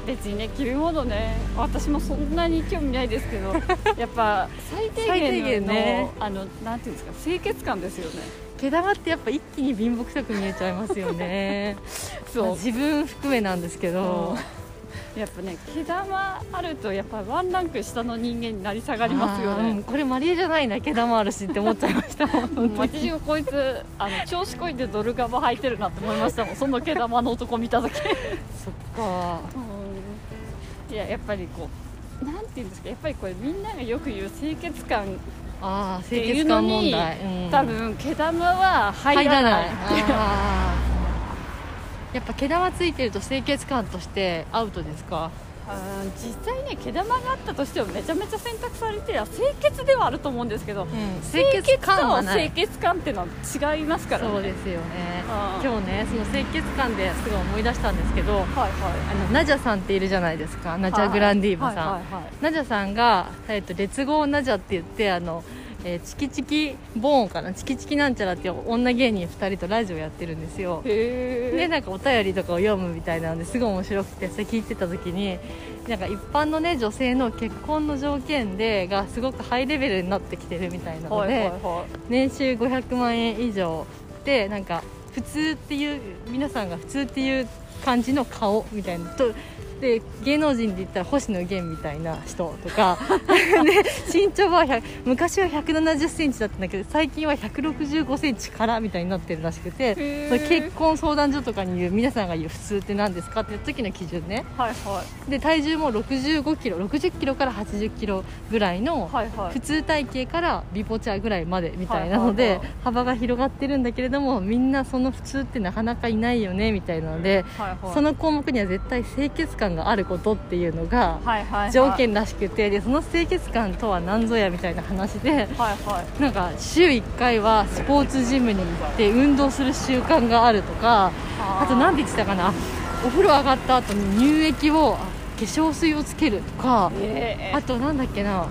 別にね着るものね私もそんなに興味ないですけ どやっぱ最低限の最低限ねあのなんていうんですか清潔感ですよね毛玉ってやっぱ一気に貧乏くさく見えちゃいますよねまあそう自分含めなんですけどやっぱね毛玉あるとやっぱワンランク下の人間になり下がりますよあーうんねこれマリエじゃないな毛玉あるしって思っちゃいましたもう私がこいつあの調子こいてドルガバ履いてるなって思いましたもんその毛玉の男見た時そっかいややっぱりこうなんていうんですかやっぱりこれみんながよく言う清潔感、ああ清潔感問題うん多分毛玉は入入ららなないいあーやっぱ毛玉ついてると清潔感としてアウトですかあー実際ね毛玉があったとしてもめちゃめちゃ選択されてりゃ清潔ではあると思うんですけど清潔感はとな清い潔感ってのは違いますからねそうですよねあー今日ねその清潔感ですごい思い出したんですけどはいはあいのナジャさんっているじゃないですかナジャグランディーバさん、はいはいはいナジャさんが、えっと、劣豪ナジャって言ってあの、えーチキチキボーンかなチキチキなんちゃらっていう女芸人2人とラジオやってるんですよへでえなんかお便りとかを読むみたいなのですごい面白くてそれ聞いてた時になんか一般のね女性の結婚の条件でがすごくハイレベルになってきてるみたいなのはいで、はいは年収500万円以上でなんか普通っていう皆さんが普通っていう感じの顔みたいなとで芸能人で言ったら星野源みたいな人とか で身長は100昔は1 7 0ンチだったんだけど最近は1 6 5ンチからみたいになってるらしくてへーその結婚相談所とかに言う皆さんが言う普通って何ですかっていう時の基準ねいはいはで体重も6 5キロ6 0キロから8 0キロぐらいのいはいはい普通体型からビポチャぐらいまでみたいなのはいではいはい幅が広がってるんだけれどもみんなその普通ってなかなかいないよねみたいなのではいはいその項目には絶対清潔感があることっていうのがはいはいはい条件らしくてでその清潔感とは何ぞやみたいな話ではいはいなんか週1回はスポーツジムに行って運動する習慣があるとかあと何て言ってたかなお風呂上がった後に乳液をあ化粧水をつけるとか。えあとなんだっけな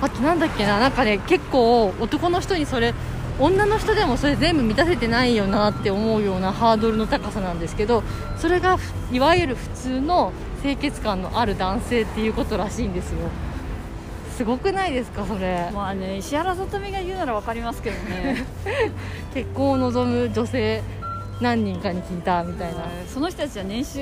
あとなんだっけななんかね結構男の人にそれ女の人でもそれ全部満たせてないよなって思うようなハードルの高さなんですけどそれがふいわゆる普通の清潔感のある男性っていうことらしいんですよすごくないですかそれーまあね石原さとみが言うならわかりますけど ね結婚を望む女性何人かに聞いたみたいなうんその人たちは年収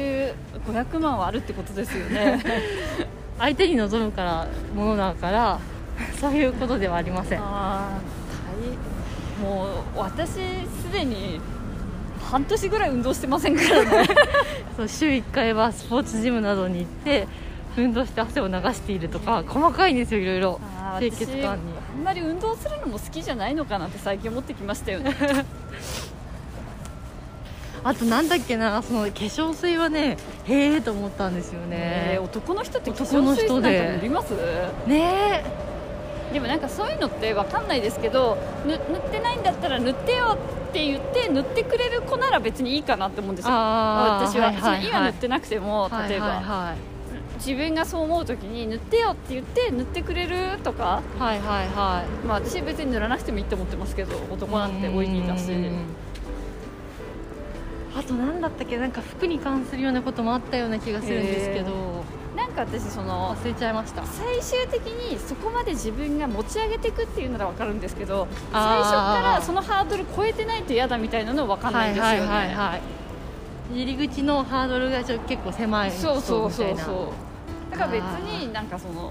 500万はあるってことですよね 相手に望むからものだから そういうことではありませんああもう私すでに半年ぐらい運動してませんからねそう週1回はスポーツジムなどに行って運動して汗を流しているとか細かいんですよいろいろあー 清潔感に私あんまり運動するのも好きじゃないのかなって最近思ってきましたよねあとなんだっけなその化粧水はねへえと思ったんですよねえね男の人って化男の粧水な人んかで塗りますねでもなんかそういうのってわかんないですけどぬ塗ってないんだったら塗ってよって言って塗ってくれる子なら別にいいかなって思うんですよあー私は,、はいはいはいその今塗ってなくてもはい例えば、はいは自分がそう思う時に塗ってよって言って塗ってくれるとか、いはいはいはいまあ、私別に塗らなくてもいいと思ってますけど男なんて多いにだしうんあと何だったっけなんか服に関するようなこともあったような気がするんですけどへなんか私その忘れちゃいました最終的にそこまで自分が持ち上げていくっていうなら分かるんですけど最あー初からそのハードル超えてないと嫌だみたいなの分かんないんですよね、はいはいはいはい入り口のハードルがちょ結構狭いそうそうそうみたいなそうだから別あになんかその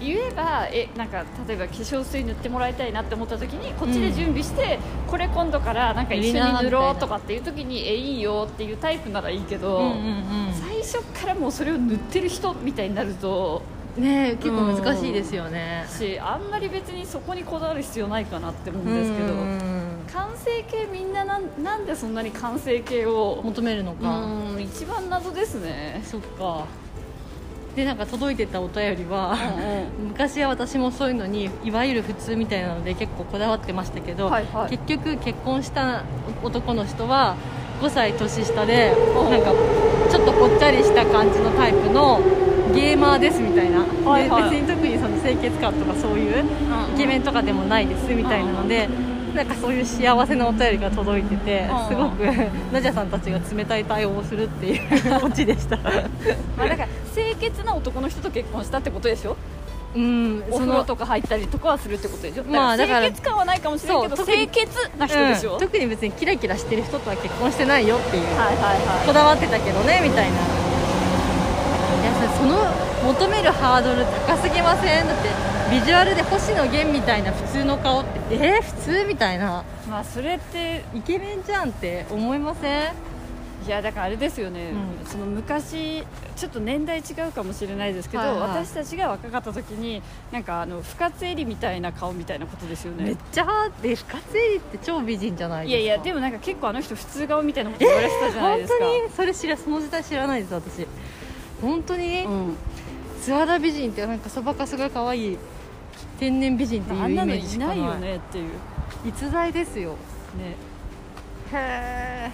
言えばえなんか例えば化粧水塗ってもらいたいなって思った時にこっちで準備して、これ今度からなんか一緒に塗ろうとかっていう時にえいいよっていうタイプならいいけど、うんうんうん最初からもうそれを塗ってる人みたいになるとね結構難しいですよねしあんまり別にそこにこだわる必要ないかなって思うんですけどうん完成形みんななんなんでそんなに完成形を求めるのうかん一番謎ですねそっかでなんか届いてたお便りはうんうん昔は私もそういうのにいわゆる普通みたいなので結構こだわってましたけど、はいはい結局結婚した男の人は5歳年下でなんかちょっとぽっちゃりした感じのタイプのゲーマーですみたいな、ではいはい別に特にその清潔感とかそういうイケメンとかでもないですみたいなので、なんかそういう幸せなお便りが届いてて、うんすごく ナジャさんたちが冷たい対応をするっ ていうオチでしたまあだから清潔な男の人と結婚したってことでしょうんお風呂とか入ったりとかはするってことでしょまあだから清潔感はないかもしれないけどそう特に清潔な人でしょ、うん特に別にキラキラしてる人とは結婚してないよっていう、はいはいこだわってたけどねみたいないやそその求めるハードル高すぎませんだってビジュアルで星野源みたいな普通の顔ってえー、普通みたいなはいまあそれってイケメンじゃんって思いませんいやだからあれですよね、うんその昔ちょっと年代違うかもしれないですけど、はいはい私たちが若かった時になんかあの不活絵里みたいな顔みたいなことですよめねっちゃハーで深津絵里って超美人じゃないいですやかいやでももなんか結構あの人普通顔みたいなこと言われてたじゃない本ですか、当にそれ知らその時代知らないです私本当に、うんツアラ美人ってなんかそばかすが可愛い天然美人っていうあイんなのメーいジしかなないいよねっていう逸材ですよねへ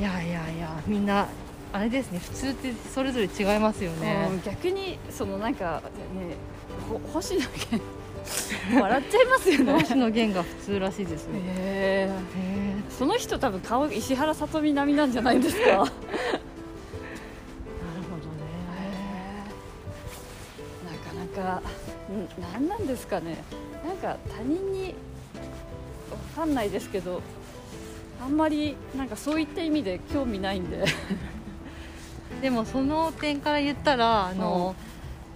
えいやいやいやみんなあれですね普通ってそれぞれ違いますようねん逆にそのなんかねほ星野源 笑っちゃいますよね星野源が普通らしいですねえへええその人多分顔石原さとみ並みなんじゃないですかなるほどねなかなかん何なんですかねなんか他人にわかんないですけどあんまりなんかそういった意味で興味ないんででもその点から言ったらあの、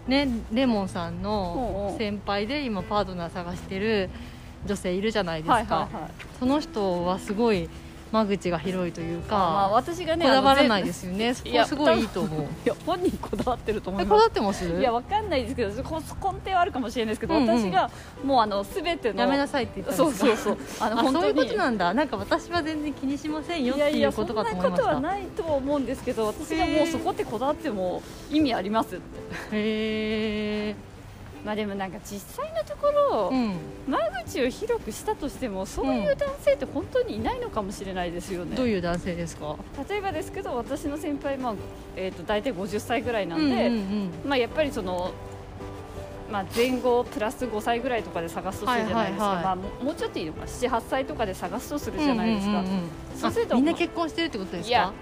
ね、レモンさんうんのうん先輩で今パートナー探してる女性いるじゃないですか、はいはいはいその人はすごい間口が広いというか、まあ私がねこだわらあないのですよねそ全こいやすごいいいと思ういや本人こだわってると思えいこまだすわってますいやわかんないですけどこ根底はあるかもしれないですけど、うんうん私がもうあの全てのやめなさいって言ったんそでうすそうそうああの本そう当いうにことなんだなんか私は全然気にしませんよっいやていいやうそこんとなかと思いこまとしはたないとは思うんですけど私がもうそこってこだわっても意味ありますってへえまあでもなんか実際のところ、うん間口を広くしたとしてもそういう男性って本当にいないのかもしれないですよね、どういう男性ですか例えばですけど私の先輩、まあえー、と大体50歳ぐらいなうんんうんで、うんまあ、やっぱりその、まあ、前後プラス5歳ぐらいとかで探すとするじゃないですか、はいはいまはいあ、ももうちょっといいのか78歳とかで探すとするじゃないですか、うんうんうんうんそうするとあみんな結婚してるってことですかいや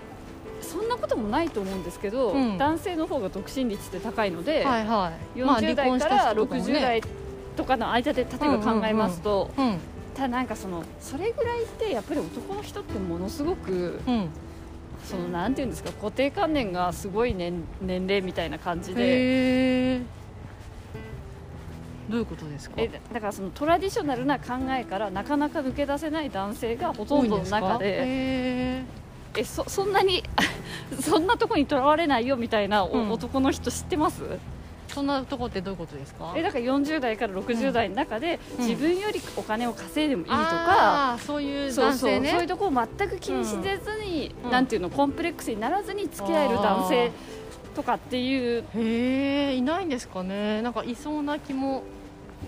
そんなこともないと思うんですけど、うん男性の方が独身率って高いので、はいはい40代から離婚し60た人ともね代とかの間で例えば考えますと、ただなんかそのそれぐらいってやっぱり男の人ってものすごくうんうんそのなんていうんですか固定観念がすごい年年齢みたいな感じで。へえどういうことですかえだだからそのトラディショナルな考えからなかなか抜け出せない男性がほとんどの中多いんすかでへえそそんなに そんなとこにとらわれないよみたいなお、うん男の人知ってますーそんなとこってどういうことですかえだから40代から60代の中で、うん自分よりお金を稼いでもいいとか、あーそういうそう男そう、性ねそういうとこを全く気にしせずに、うんなんていうのコンプレックスにならずに付き合える男あ性ーとかっていうへえいないんですかねなんかいそうな気も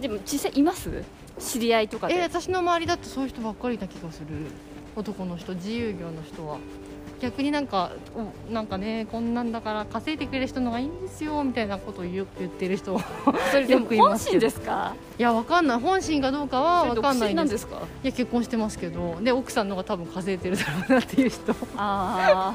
でも実際います知り合いとかで、え私の周りだとそういう人ばっかりな気がする男の人自由業の人は逆になんかおなんかねこんなんだから稼いでくれる人のがいいんですよみたいなことを言う言ってる人いそれでよもくいま本すけ心どですかやわかん ない本心かどうかはわそれかん独な身いなんですですかいや結婚してますけどで奥さんの方が多分稼いでるだろうなっていう人ちあ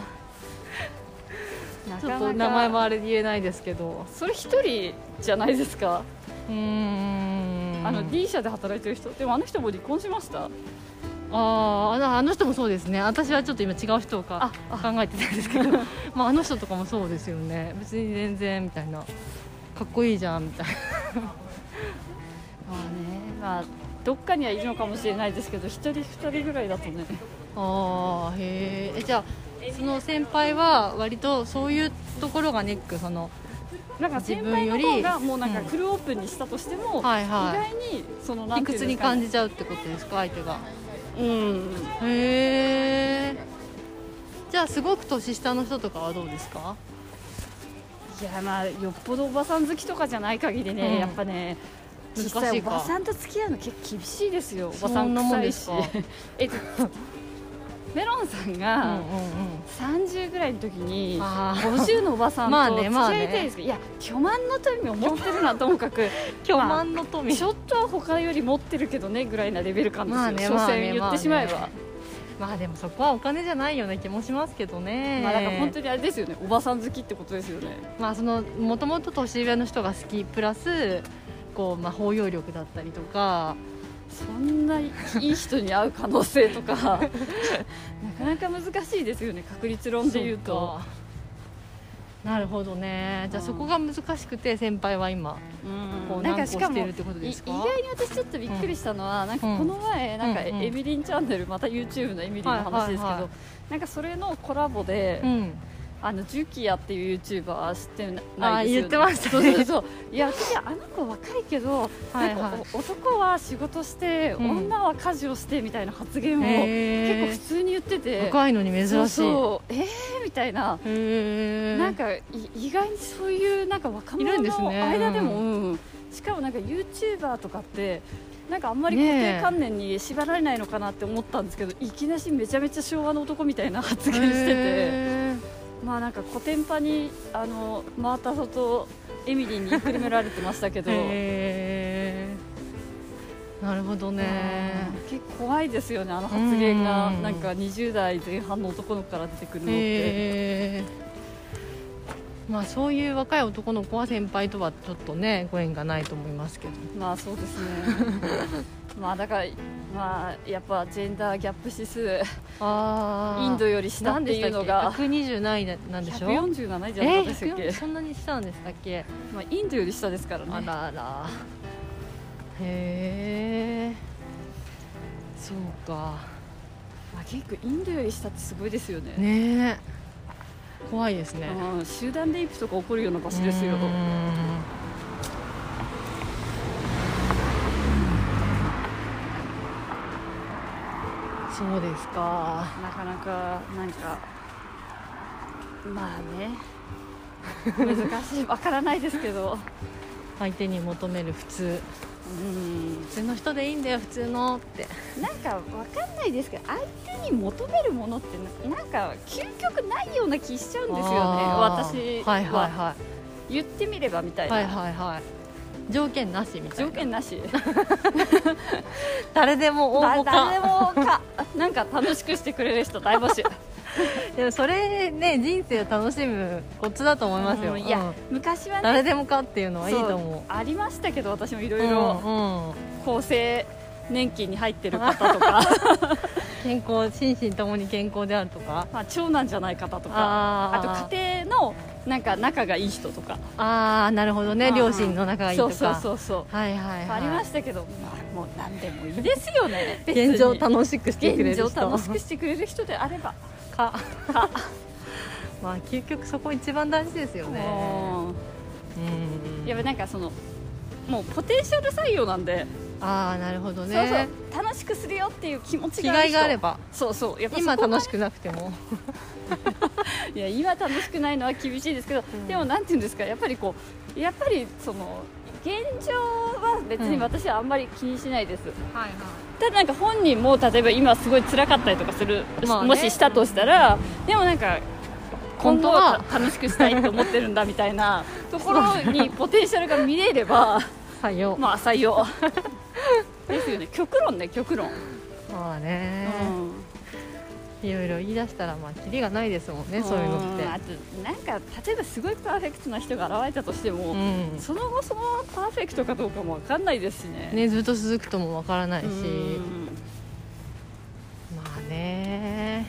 あなょっかなと名前もかあれで言えないですけどそれ一人じゃないですか、うーんあの D 社で働いてる人でもあの人も離婚しましたあーあのあの人もそうですね私はちょっと今違う人か考えてたんですけ どまああの人とかもそうですよね別に全然みたいなかっこいいじゃんみたいなまあねまあどっかにはいるのかもしれないですけど一人二人ぐらいだとねあーへーえじゃあその先輩は割とそういうところがネックそのなんか先輩の方がもうなんかフルオープンにしたとしても、はい意は外にそのいないんていくうんつでにすか感ねじちゃうってことですか相手がうんへえじゃあすごく年下の人とかはどうですかいやまあよっぽどおばさん好きとかじゃない限りね、うんやっぱね難し実いか際おばさんと付き合うの結構厳しいですよおばそさんんなも臭んでいすしかえっとメロンさんうんうんがうん30ぐらいの時にあー50のおばさんまあと付ねきまあ合ねいたいですけど、いや巨万の富を持ってるなともかく巨万の富ちょっとは他より持ってるけどねぐらいなレベル感ですよ、まあね所まあね詮言ってしまえば、まあねまあでもそこはお金じゃないような気もしますけどねまあ、だから本当にあれですよねおばさん好きってことですよねまあそのもともと年上の人が好きプラスこうまあ包容力だったりとかそんないい人に会う可能性とかなかなか難しいですよね確率論で言うとそうかなるほどねじゃあうんそこが難しくて先輩は今こううんなん難か航しかしもているってことで意す外かに私ちょっとびっくりしたのは、なんかこの前なんかうんうんエミリンチャンネルまた YouTube のエミリンの話ですけど、はいはいはいなんかそれのコラボで、うんあのジュキヤっていう YouTuber 知ってあないですよ、ね、言ってましたそうねそうそういや私あの子若いけど、はいはいなんかお男は仕事して、うん女は家事をしてみたいな発言を結へー構普通に言ってて若いのに珍しいそうそうえーみたいな、へえなんかい意外にそういうなんか若いる者んですのね間でもううんしかもなんか YouTuber とかってなんかあんまり固ねえ定観念に縛られないのかなって思ったんですけど、いきなしめちゃめちゃ昭和の男みたいな発言してて。へまあなんかコテンパにあのマータソとエミリーにくるめられてましたけど、えなるほどねうん結構怖いですよねあの発言がうんなんか20代前半の男の子から出てくるのって、へえまあそういう若い男の子は先輩とはちょっとねご縁がないと思いますけどまあそうですね まあだからまあやっぱジェンダーギャップ指数あインドより下っていうのが120何位ななんでしょ147位じゃなえかーったでしたっけ、 140そんなにしたんですかっけまあ、インドより下ですからあねらあらへえそうかまあ、結構インドより下ってすごいですよねねえ怖いですねうん集団レイプとか起こるような場所ですよ、うーんそうですかなかなかなんかまあ ね難しいわからないですけど相手に求める普通うん普通の人でいいんだよ普通のってなんかわかんないですけど相手に求めるものってななんか究極ないような気しちゃうんですよねあー私はいはいはは言ってみればみたいいな、はいはいはい条件なしみたい条な件な し誰でも応だ募 誰かもかなんか楽しくしてくれる人大募集でもそれね人生を楽しむコツだと思いますよ、うんいうやん昔はね誰でもかっていうのはいいと思ありましたけど私もいろうういろんうん厚生年金に入ってる方と か健康心身ともに健康であるとかまあ長男じゃない方とかああーと家庭のなんか仲がいい人とかあーなるほどうねん両親の仲がいいとそかうそうそうそうはいはい、はい、ありましたけど、まあ、もう何でもいいですよね別に 現状楽しくしてくれる人現状楽しくしてくれる人であれば、 かまあ究極そこ一番大事ですよねもううんやっぱなんかそのもうポテンシャル採用なんで、ああなるほどねそうそう楽しくするよっていう気持ち気がある概人があればそうそうやっぱ今楽ししくなくてもいや今楽しくないのは厳しいですけど、んでもなんていうんですかやっぱりこうやっぱりその現状は別に私はあんまり気にしないです、はいはいただなんか本人も例えば今すごい辛かったりとかする、まあねもししたとしたらでもなんか本今当後はは楽しくしたいと思ってるんだみたい なところにポテンシャルが見れれば採用ま まあ採用ですよね極論ね極論、あね、いろいろ言い出したらまあキリがないですもんねそういうのってんあとなんか例えばすごいパーフェクトな人が現れたとしても、うんその後そのパーフェクトかどうかも分かんないですしねねずっと続くともわからないしうんまあね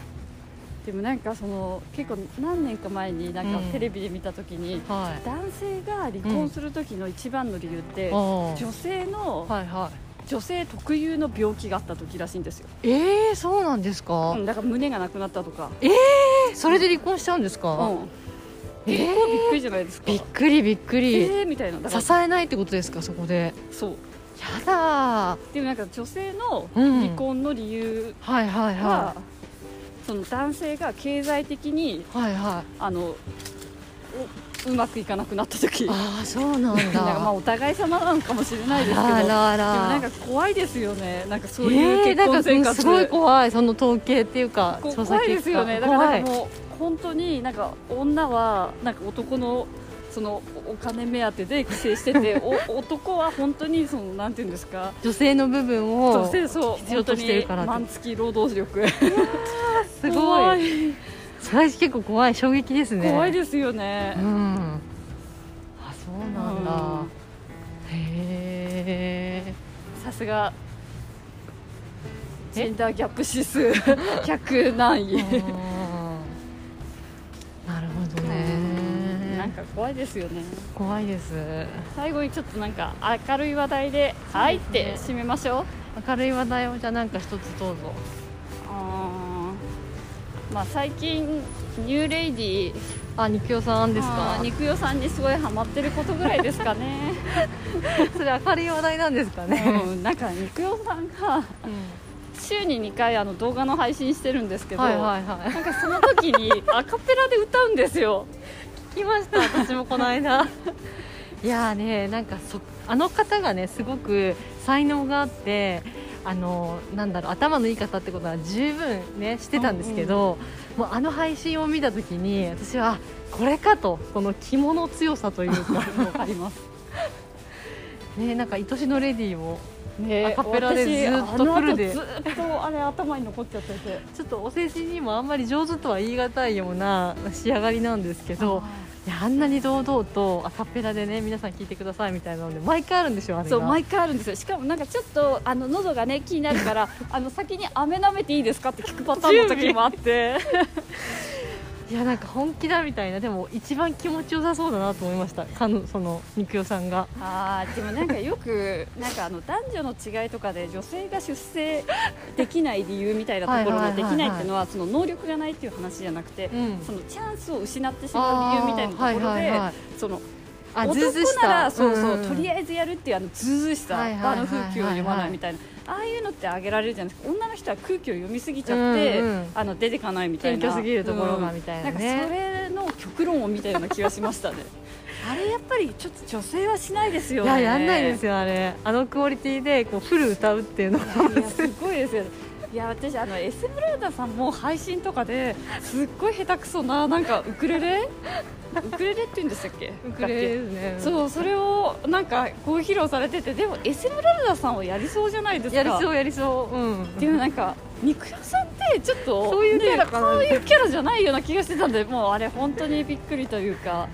でもなんかその結構何年か前になんかうんテレビで見た時に、はい男性が離婚する時の一番の理由って、あー女性の、はいは女性特有の病気があった時らしいんですよ、いえー、そうなんですか、うん、だから胸がなくなったとか、それで離婚しちゃうんですうか、ん、え結構びっくりじゃないですか、びっくりびっくえり、ーみたいなだから支えないってことですかそこでそうやだーでもなんか女性のうん離婚の理由はいはいはは、その男性が経済的にいはいはいあのううまくいかなくなった時 なんかああそうなんだまあお互い様なのかもしれないですけどあらあらでもなんか怖いですよねなんかそういうえー結なん婚か生活、すごい怖いその統計っていうかこ調査結果怖いですよねだから怖なんいかもう本当になんか女はなんか男のそのおお金目当てで帰省して てお男は本当にそのなんていうんですか女性の部分を女性そう必要としてるからって本当に満月労働力すごい怖いそれ結構怖い衝撃ですね怖いですよねう、んあそうなんだ、うんへえさすがジえェンダーギャップ指数100何位、なるほどねなんか怖いですよね怖いです最後にちょっとなんか明るい話題で「はい」って締めましょう明るい話題をじゃあなんか一つどうぞあーまあ最近ニューレイディーあ肉代さんですあかー肉代さんにすごいハマってることぐらいですかね、それ明るい話題なんですか ね、うん、なんか肉代さんがうん週に2回あの動画の配信してるんですけど、はいはいはいなんかその時にアカペラで歌うんですよ聞きました私もこの間 いやーねなんかそあの方がねすごく才能があってあのなんだろう頭のいい方ってことは十分ねしてたんですけど、もうあの配信を見た時に私はあこれかとこの肝の強さという かわかりますねなんか愛しのレディーもねアカペラでずっとフルで私あの後ずっとあれ頭に残っちゃっててちょっとお世辞にもあんまり上手とは言い難いような仕上がりなんですけどいやあんなに堂々とアカペラでね皆さん聞いてくださいみたいなので毎回あるんでしょあれがそう毎回あるんですよしかもなんかちょっとあの喉がね気になるからあの先に飴舐めていいですかって聞くパターンの時もあっていやなんか本気だみたいなでも一番気持ちよさそうだなと思いましたかのその肉代さんがあーでもなんかよくなんかあの男女の違いとかで女性が出世できない理由みたいなところはがいはいできはいはいないっていうのはその能力がないっていう話じゃなくて、うんそのチャンスを失ってしまう理由みたいなところで、はいはいはいそのあ男ずうずうしなたらそうそう、んとりあえずやるっていうあのずうずうしさ、はいはいはい場はいの空気を読まないみたいなああいうのってあげられるじゃないですか女の人は空気を読みすぎちゃって、うんうんあの出てかないみたいな謙虚すぎるところがみたいなねんかそれの極論を見たような気がしましたね あれやっぱりちょっと女性はしないですよいねややんないですよあれあのクオリティでこうフル歌うっていうのがいやすごいですよねいや私あのエスブラーダさんも配信とかですっごい下手くそななんかウクレレウクレレって言うんでしたっけウクレレですねそうそれをなんかこう披露されててでもエスブラルダさんはやりそうじゃないですかやりそうやりそううんでもなんか肉屋さんってちょっとそういうキャラねかなそういうキャラじゃないような気がしてたんでもうあれ本当にびっくりというか、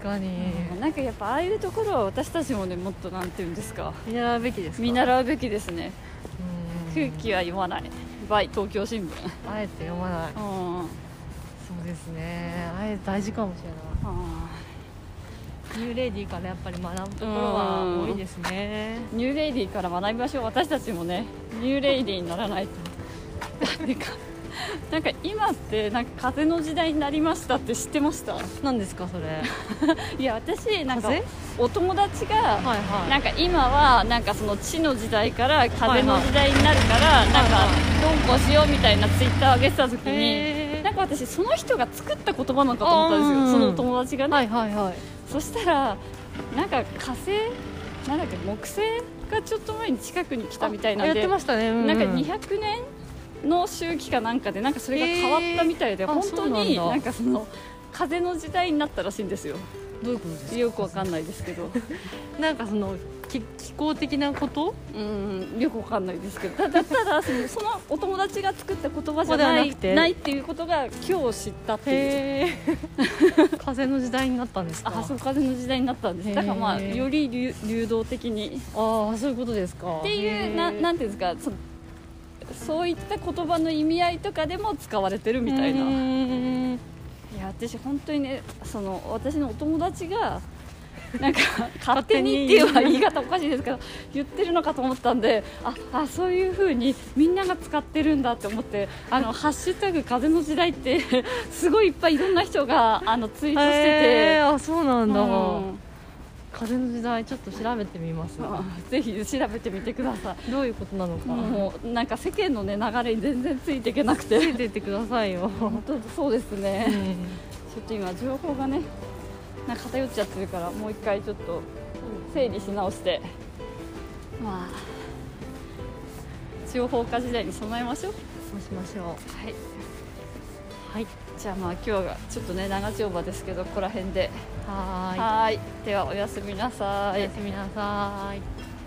確かになんかやっぱああいうところは私たちもねもっとなんていうんですか見習うべきですか見習うべきですねうん空気は読まない by 東京新聞あえて読まなういんそうですねあえて大事かもしれなあいニューレディーからやっぱり学ぶところは多いですねーニューレイディーから学びましょう私たちもねニューレイディーにならないとなんかなんか今ってなんか風の時代になりましたって知ってました何ですかそれ はいいや私なんか風お友達がはいなんか今はなんかその地の時代から風の時代になるからなんかどうこうしようみたいなツイッターを上げてた時へにーなんか私その人が作った言葉なのかと思ったんですあーよそのお友達がねはいはいはいそしたらなんか火星なんだっけ木星がちょっと前に近くに来たみたいなんあやで、ってましたね、うなんか百200年の周期かなんかでなんかそれが変わったみたいで、へーあ本当にそうなんだなんかその風の時代になったらしいんですよどういうことですよくわかんないですけどかなんかその気気候的なことうんよくわかんないですけどただただそのそのお友達が作った言葉じゃないそうではなくてないっていうことが今日知ったっていう。へえ 風の時代になったんですかあそう風の時代になったんでへすーだからまあより流流動的にああそういうことですかっていうななんていうんですかそそういった言葉の意味合いとかでも使われてるみたいな、いなや私本当にねその私のお友達が なんか勝手に勝手にっていうは言い方おかしいですけど言ってるのかと思ったんでああそういうふうにみんなが使ってるんだって思って「あのハッシュタグ風の時代」ってすごいいっぱいいろんな人があのツイートしてて。えー、あそうなんだ、うん風の時代ちょっと調べてみます、まあ ぜひ調べてみてくださどういうことなのい、か、もうなんか世間の、ね、流れに全然ついていけなくてついてってくださいよ、本当そうですね、うちんょっと今情報がねなんか偏っちゃってるからもう一回ちょっと整理し直してまあ情報化時代に備えましょうそうしましょはい、うはいじゃあまあ今日はちょっとね長丁場ですけどここら辺ではーいはーいではおやすみなさおいやすみなさーい